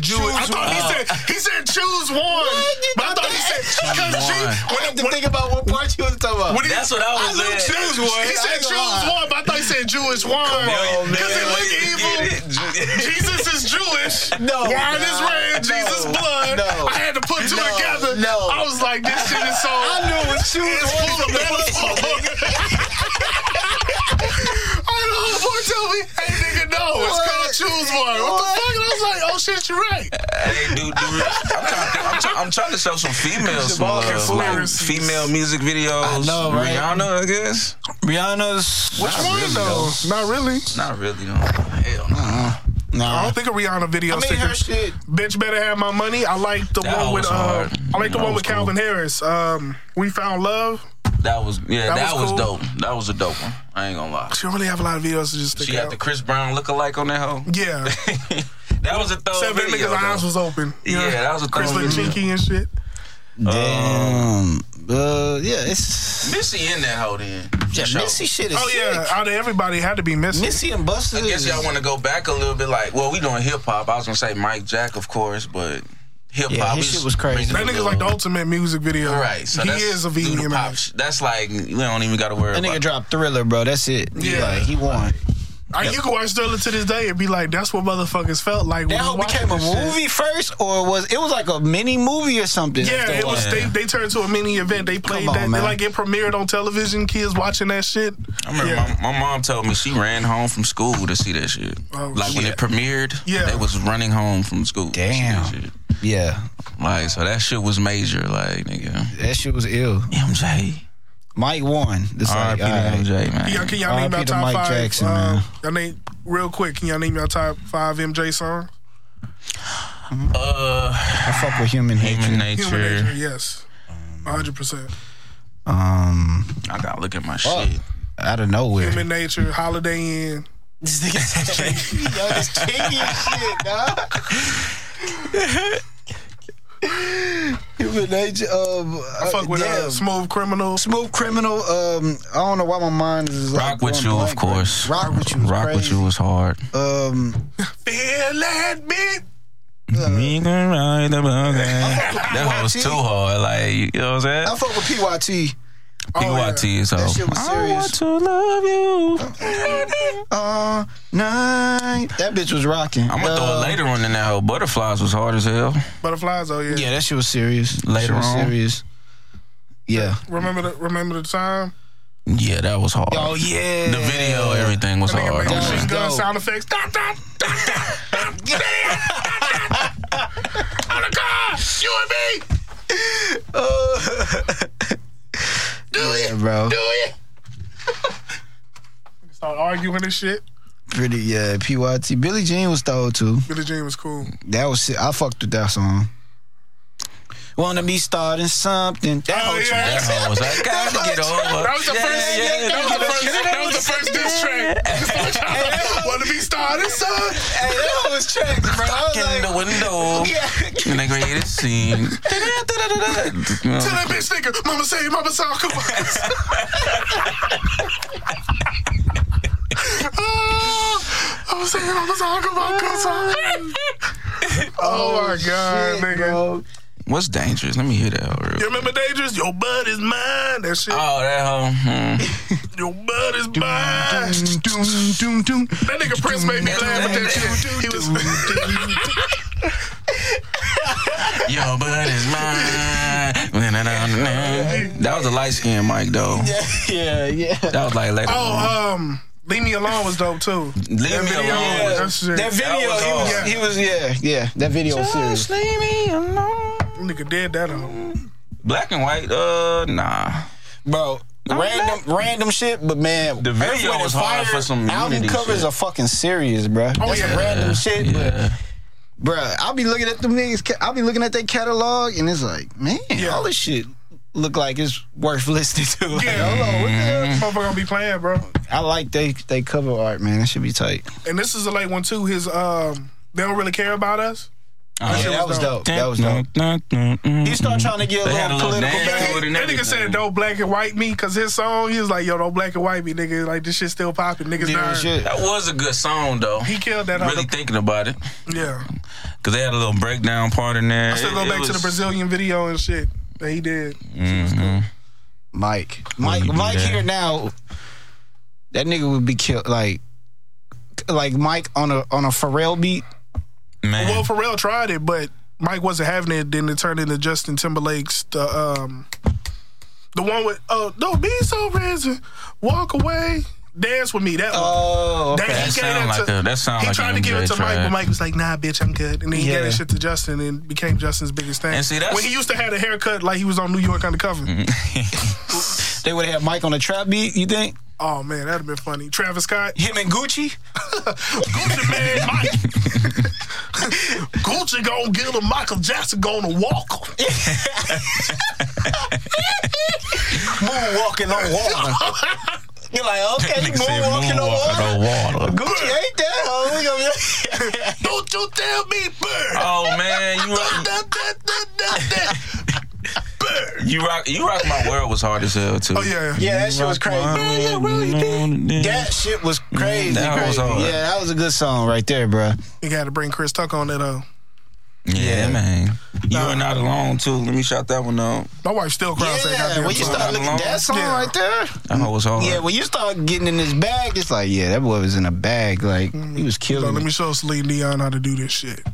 S1: Jewish. I thought he said he said choose one,
S2: You
S1: but I
S2: know
S1: thought he
S2: that?
S1: said because Jew.
S3: Choose one.
S1: When,
S2: I had
S1: the-
S2: to
S1: when,
S2: think about what part you was talking about.
S1: when he,
S3: That's what I
S2: I
S3: was
S2: knew
S3: at.
S2: choose one.
S1: He
S2: I
S1: said
S2: ain't
S1: choose
S2: gonna lie.
S1: one, but I thought he said Jewish wine
S3: Million
S1: because
S3: man,
S1: it looked evil.
S3: look at it.
S1: Jesus is Jewish.
S2: No,
S1: Wine is
S2: no,
S1: red.
S2: no,
S1: Jesus blood.
S2: no,
S1: I had to put two
S2: no,
S1: together.
S2: no.
S1: I was like, this shit is so.
S2: I knew it was choose
S1: It's full of
S2: one.
S1: metaphor. I had a homeboy tell me, hey nigga, no, it's
S2: What?
S1: called choose one. What, the
S2: What?
S1: fuck? And I was like, oh shit, you're right.
S3: Hey, dude, dude, I'm, trying to, I'm, try, I'm trying to show some females some
S2: Jamal
S3: love, like
S1: conspiracies.
S3: female music videos.
S2: I know, right?
S3: Rihanna, I guess.
S2: Rihanna's.
S1: Which one
S3: really,
S1: though? Not really.
S3: Not really. No. Hell no.
S1: I
S2: Nah.
S1: don't think a Rihanna video
S2: I mean,
S1: sticker.
S2: her shit.
S1: Bitch better have my money. I like the
S3: That
S1: one with
S3: was
S1: uh,
S3: hard.
S1: I like the
S3: That
S1: one
S3: was
S1: with Calvin Harris. Um, we found love.
S3: That was yeah.
S1: That
S3: That,
S1: was
S3: was,
S1: cool.
S3: dope. That was a dope one. I ain't gonna lie.
S1: She don't really have a lot of videos to just stick
S3: She
S1: out.
S3: got the Chris Brown lookalike on that hoe.
S1: yeah,
S3: that was a thug
S1: seven
S3: video.
S1: niggas' eyes
S3: though.
S1: was open. You
S3: Yeah, that was a
S1: Chris
S3: thug video.
S1: Chinky and shit.
S2: Damn. Uh, yeah, it's.
S3: Missy in that hoe then.
S2: Yeah,
S3: For sure.
S2: Missy shit is
S1: Oh yeah,
S2: sick.
S1: out of everybody had to be missing.
S2: Missy and Buster.
S3: I guess y'all want to go back a little bit. Like, well, we doing hip hop. I was gonna say Mike Jack, of course, but hip hop.
S2: Yeah, his
S3: we
S2: shit
S3: just
S2: was crazy.
S3: bringing
S1: That
S3: it
S1: nigga's
S3: up.
S1: like the ultimate music video.
S3: right. So
S1: he
S3: that's
S1: is a
S3: do the
S1: VDMA.
S3: pop sh- That's like we don't even got to worry.
S2: That nigga
S3: about
S2: dropped Thriller, bro. That's it.
S1: Yeah.
S2: Yeah, like, he won.
S1: Like, You can watch Thriller to this day and be like, that's what motherfuckers felt like.
S2: That
S1: when
S2: whole
S1: we watched
S2: became a
S1: this shit.
S2: movie first, or was it was like a mini movie or something?
S1: Yeah, it was. They, they turned to a mini event. They played
S2: on,
S1: that. They,
S2: man.
S1: like it premiered on television. Kids watching that shit.
S3: I remember
S1: Yeah.
S3: my, my mom told me she ran home from school to see that shit.
S1: Oh,
S3: like when
S1: shit.
S3: it premiered,
S1: Yeah.
S3: they was running home from school. to see that
S2: Damn.
S3: shit.
S2: Yeah,
S3: Like so that shit was major. Like nigga,
S2: that shit was ill.
S3: MJ,
S2: Mike won. It's like,
S3: R.I.P. to
S2: all right.
S3: MJ, man.
S1: Y'all, can y'all name
S2: R.I.P.
S1: y'all
S2: to
S1: top
S2: Mike
S1: five?
S2: Jackson,
S1: uh,
S2: man.
S1: y'all name real quick. Can y'all name y'all top five MJ songs?
S3: Uh,
S2: I fuck with human hatred.
S3: human
S1: Human
S3: nature.
S1: nature, yes. 100%.
S2: Um,
S3: I gotta look at my
S2: Oh.
S3: shit.
S2: out of nowhere.
S1: Human nature, Holiday Inn.
S4: This nigga's kinky. Yo, this kinky as shit, dog.
S2: Human nature. Um,
S1: I fuck with uh, Smooth Criminal.
S2: Smooth criminal. Um, I don't know why my mind is like
S3: Rock with
S2: going
S3: you,
S2: blank
S3: of
S2: right now.
S3: course.
S2: Rock with you. is
S3: Rock with
S2: crazy.
S3: you was hard.
S2: Um,
S1: Feeling me.
S2: Uh.
S3: Me can ride the bug. That was
S2: PYT.
S3: too hard. Like you know what I'm
S2: I
S3: saying?
S2: fuck with PYT.
S3: PYT is hard.
S2: shit was
S3: I want to love you.
S2: Uh, night. That bitch was rocking.
S3: I'm gonna throw
S2: Uh,
S3: a later one in that hoe. Butterflies was hard as hell.
S1: Butterflies, oh yeah.
S2: Yeah, that shit was serious. That
S3: Later
S2: shit was
S3: on.
S2: serious. Yeah.
S1: Remember the remember the time?
S3: Yeah, that was hard.
S2: Oh yeah.
S3: The video, everything
S2: Oh,
S3: was
S1: That nigga
S3: hard.
S1: made
S3: I'm
S2: That
S1: machine
S2: was
S3: saying.
S1: gun
S2: dope.
S1: sound effects. Dot, dot, dot, dot, dot. Get in here. Dot, dot, dot. On the car, you and me. Do
S2: Oh. Yeah,
S1: it,
S2: bro.
S1: do it. Start arguing and shit.
S2: Pretty. Yeah. PYT. Billie Jean was dope too.
S1: Billie Jean was cool.
S2: That was. si- I fucked with that song. Wanna be starting something? That
S1: Oh,
S2: whole
S1: yeah.
S3: That hoe was like, gotta get over.
S1: That was the
S3: Yeah,
S1: first.
S3: yeah, yeah.
S1: that, was the first that was the first diss track. Want to be started, son?
S2: Hey, that whole was tracks, bro. I
S3: Knock in the window. And they created a scene. You know,
S1: Tell that bitch nigga, mama say, mama saw, come on. Oh, I was saying, mama saw, come on, come on. Oh my god, nigga.
S3: What's dangerous? Let me hear that. hoe real-
S1: You remember Dangerous? Your bud is mine. That shit.
S3: Oh, that hoe. hmm.
S1: Your bud is mine.
S2: Doom, doom, doom.
S1: That nigga Prince made me laugh with that shit. He was.
S3: Your butt is mine. That was a light skinned mic though.
S2: Yeah, yeah.
S3: That was like later. on.
S1: Oh, um, Leave Me Alone was dope too.
S3: Leave me
S1: video
S3: alone.
S1: was- That shit.
S2: That video,
S3: That was
S2: he was,
S1: hard.
S2: he was, yeah, yeah. That video was serious.
S3: Just leave me alone.
S1: Nigga did that on.
S3: Black and white, uh, nah.
S2: Bro, random, random shit, but man,
S3: The video
S2: Earth, Wind, and
S3: was hard
S2: Fire
S3: for some
S2: album
S3: unity
S2: covers
S3: shit.
S2: are fucking serious, bro.
S1: Oh,
S2: That's
S1: yeah.
S2: random shit,
S3: Yeah.
S2: but bro, I'll be looking at them niggas. ca- I'll be looking at their catalog, and it's like, man,
S1: Yeah.
S2: all this shit look like it's worth listening to. Like,
S1: Yeah,
S2: hold on, what the hell?
S1: This motherfucker gonna be playing, bro.
S2: I like they they cover art, man. That should be tight.
S1: And this is a late one too. His um, they don't really care about us.
S3: Oh,
S1: shit
S2: Yeah,
S1: was
S2: that was
S1: dope.
S2: dope. That was dope. You start trying to get a
S3: They had
S2: little
S3: a little
S2: political.
S3: dance.
S2: back.
S3: Good and
S1: that nigga
S3: everything.
S1: said don't black and white me because his song he was like yo don't black and white me nigga like this shit still popping niggas
S2: Real
S1: dying.
S2: shit.
S3: That was a good song though.
S1: He killed that
S3: Really
S1: really?
S3: thinking about it,
S1: yeah.
S3: cause they had a little breakdown part in there.
S1: I still go
S3: It- it
S1: back to the
S3: was-
S1: Brazilian video and shit that he did.
S3: Mhm.
S2: Mike. Mike
S3: you do
S2: Mike
S3: that.
S2: here now. That nigga would be killed like like Mike on a on a Pharrell beat.
S3: Man,
S1: Well, Pharrell tried it, but Mike wasn't having it. Then it turned into Justin Timberlake's the um, the one with oh don't be so risen, walk away, dance with me. That one.
S2: Oh
S1: That,
S3: That
S1: he gave
S3: sound
S1: that
S3: like
S1: to,
S3: a- that sound
S1: he
S3: like
S1: tried
S3: an
S1: to give it
S3: MJ
S1: to Mike,
S3: track.
S1: but Mike was like, "Nah, bitch, I'm good." And then he
S2: Yeah.
S1: gave that shit to Justin, and it became Justin's biggest thing.
S3: And see, that's-
S1: when he used to have a haircut like he was on New York Undercover.
S2: They would have had Mike on a trap beat, you think?
S1: Oh man, that'd have been funny. Travis Scott,
S2: Him and Gucci?
S1: Gucci man, Mike. Gucci gonna get him. Michael Jackson gonna walk him.
S2: Moonwalking on water. You're like, okay,
S3: Nigga said moonwalking on water.
S2: Gucci ain't that hoe. We gonna be like-
S1: Don't you tell me, bird.
S3: Oh man, you rock,
S1: Da, da, da, da, da.
S3: you rock, you rock. My world was hard as hell too.
S1: Oh yeah,
S2: Yeah, that shit was crazy. That shit was crazy.
S3: That was
S2: crazy.
S3: hard.
S2: yeah, that was a good song right there, bro.
S1: You got to bring Chris Tucker on that. Uh,
S3: Yeah,
S2: Yeah.
S3: man. You
S1: Nah.
S3: are not alone too. Let me shout that one out.
S1: my wife still cries. that
S2: Yeah,
S1: goddamn
S2: when you
S1: song.
S2: start looking at that song
S1: Yeah.
S2: right there.
S3: That hoe was hard.
S2: Yeah, when you start getting in this bag, it's like, yeah, that boy was in a bag. Like, he was
S1: So
S2: killing
S1: let
S2: me.
S1: me show Celine Dion how to do this shit.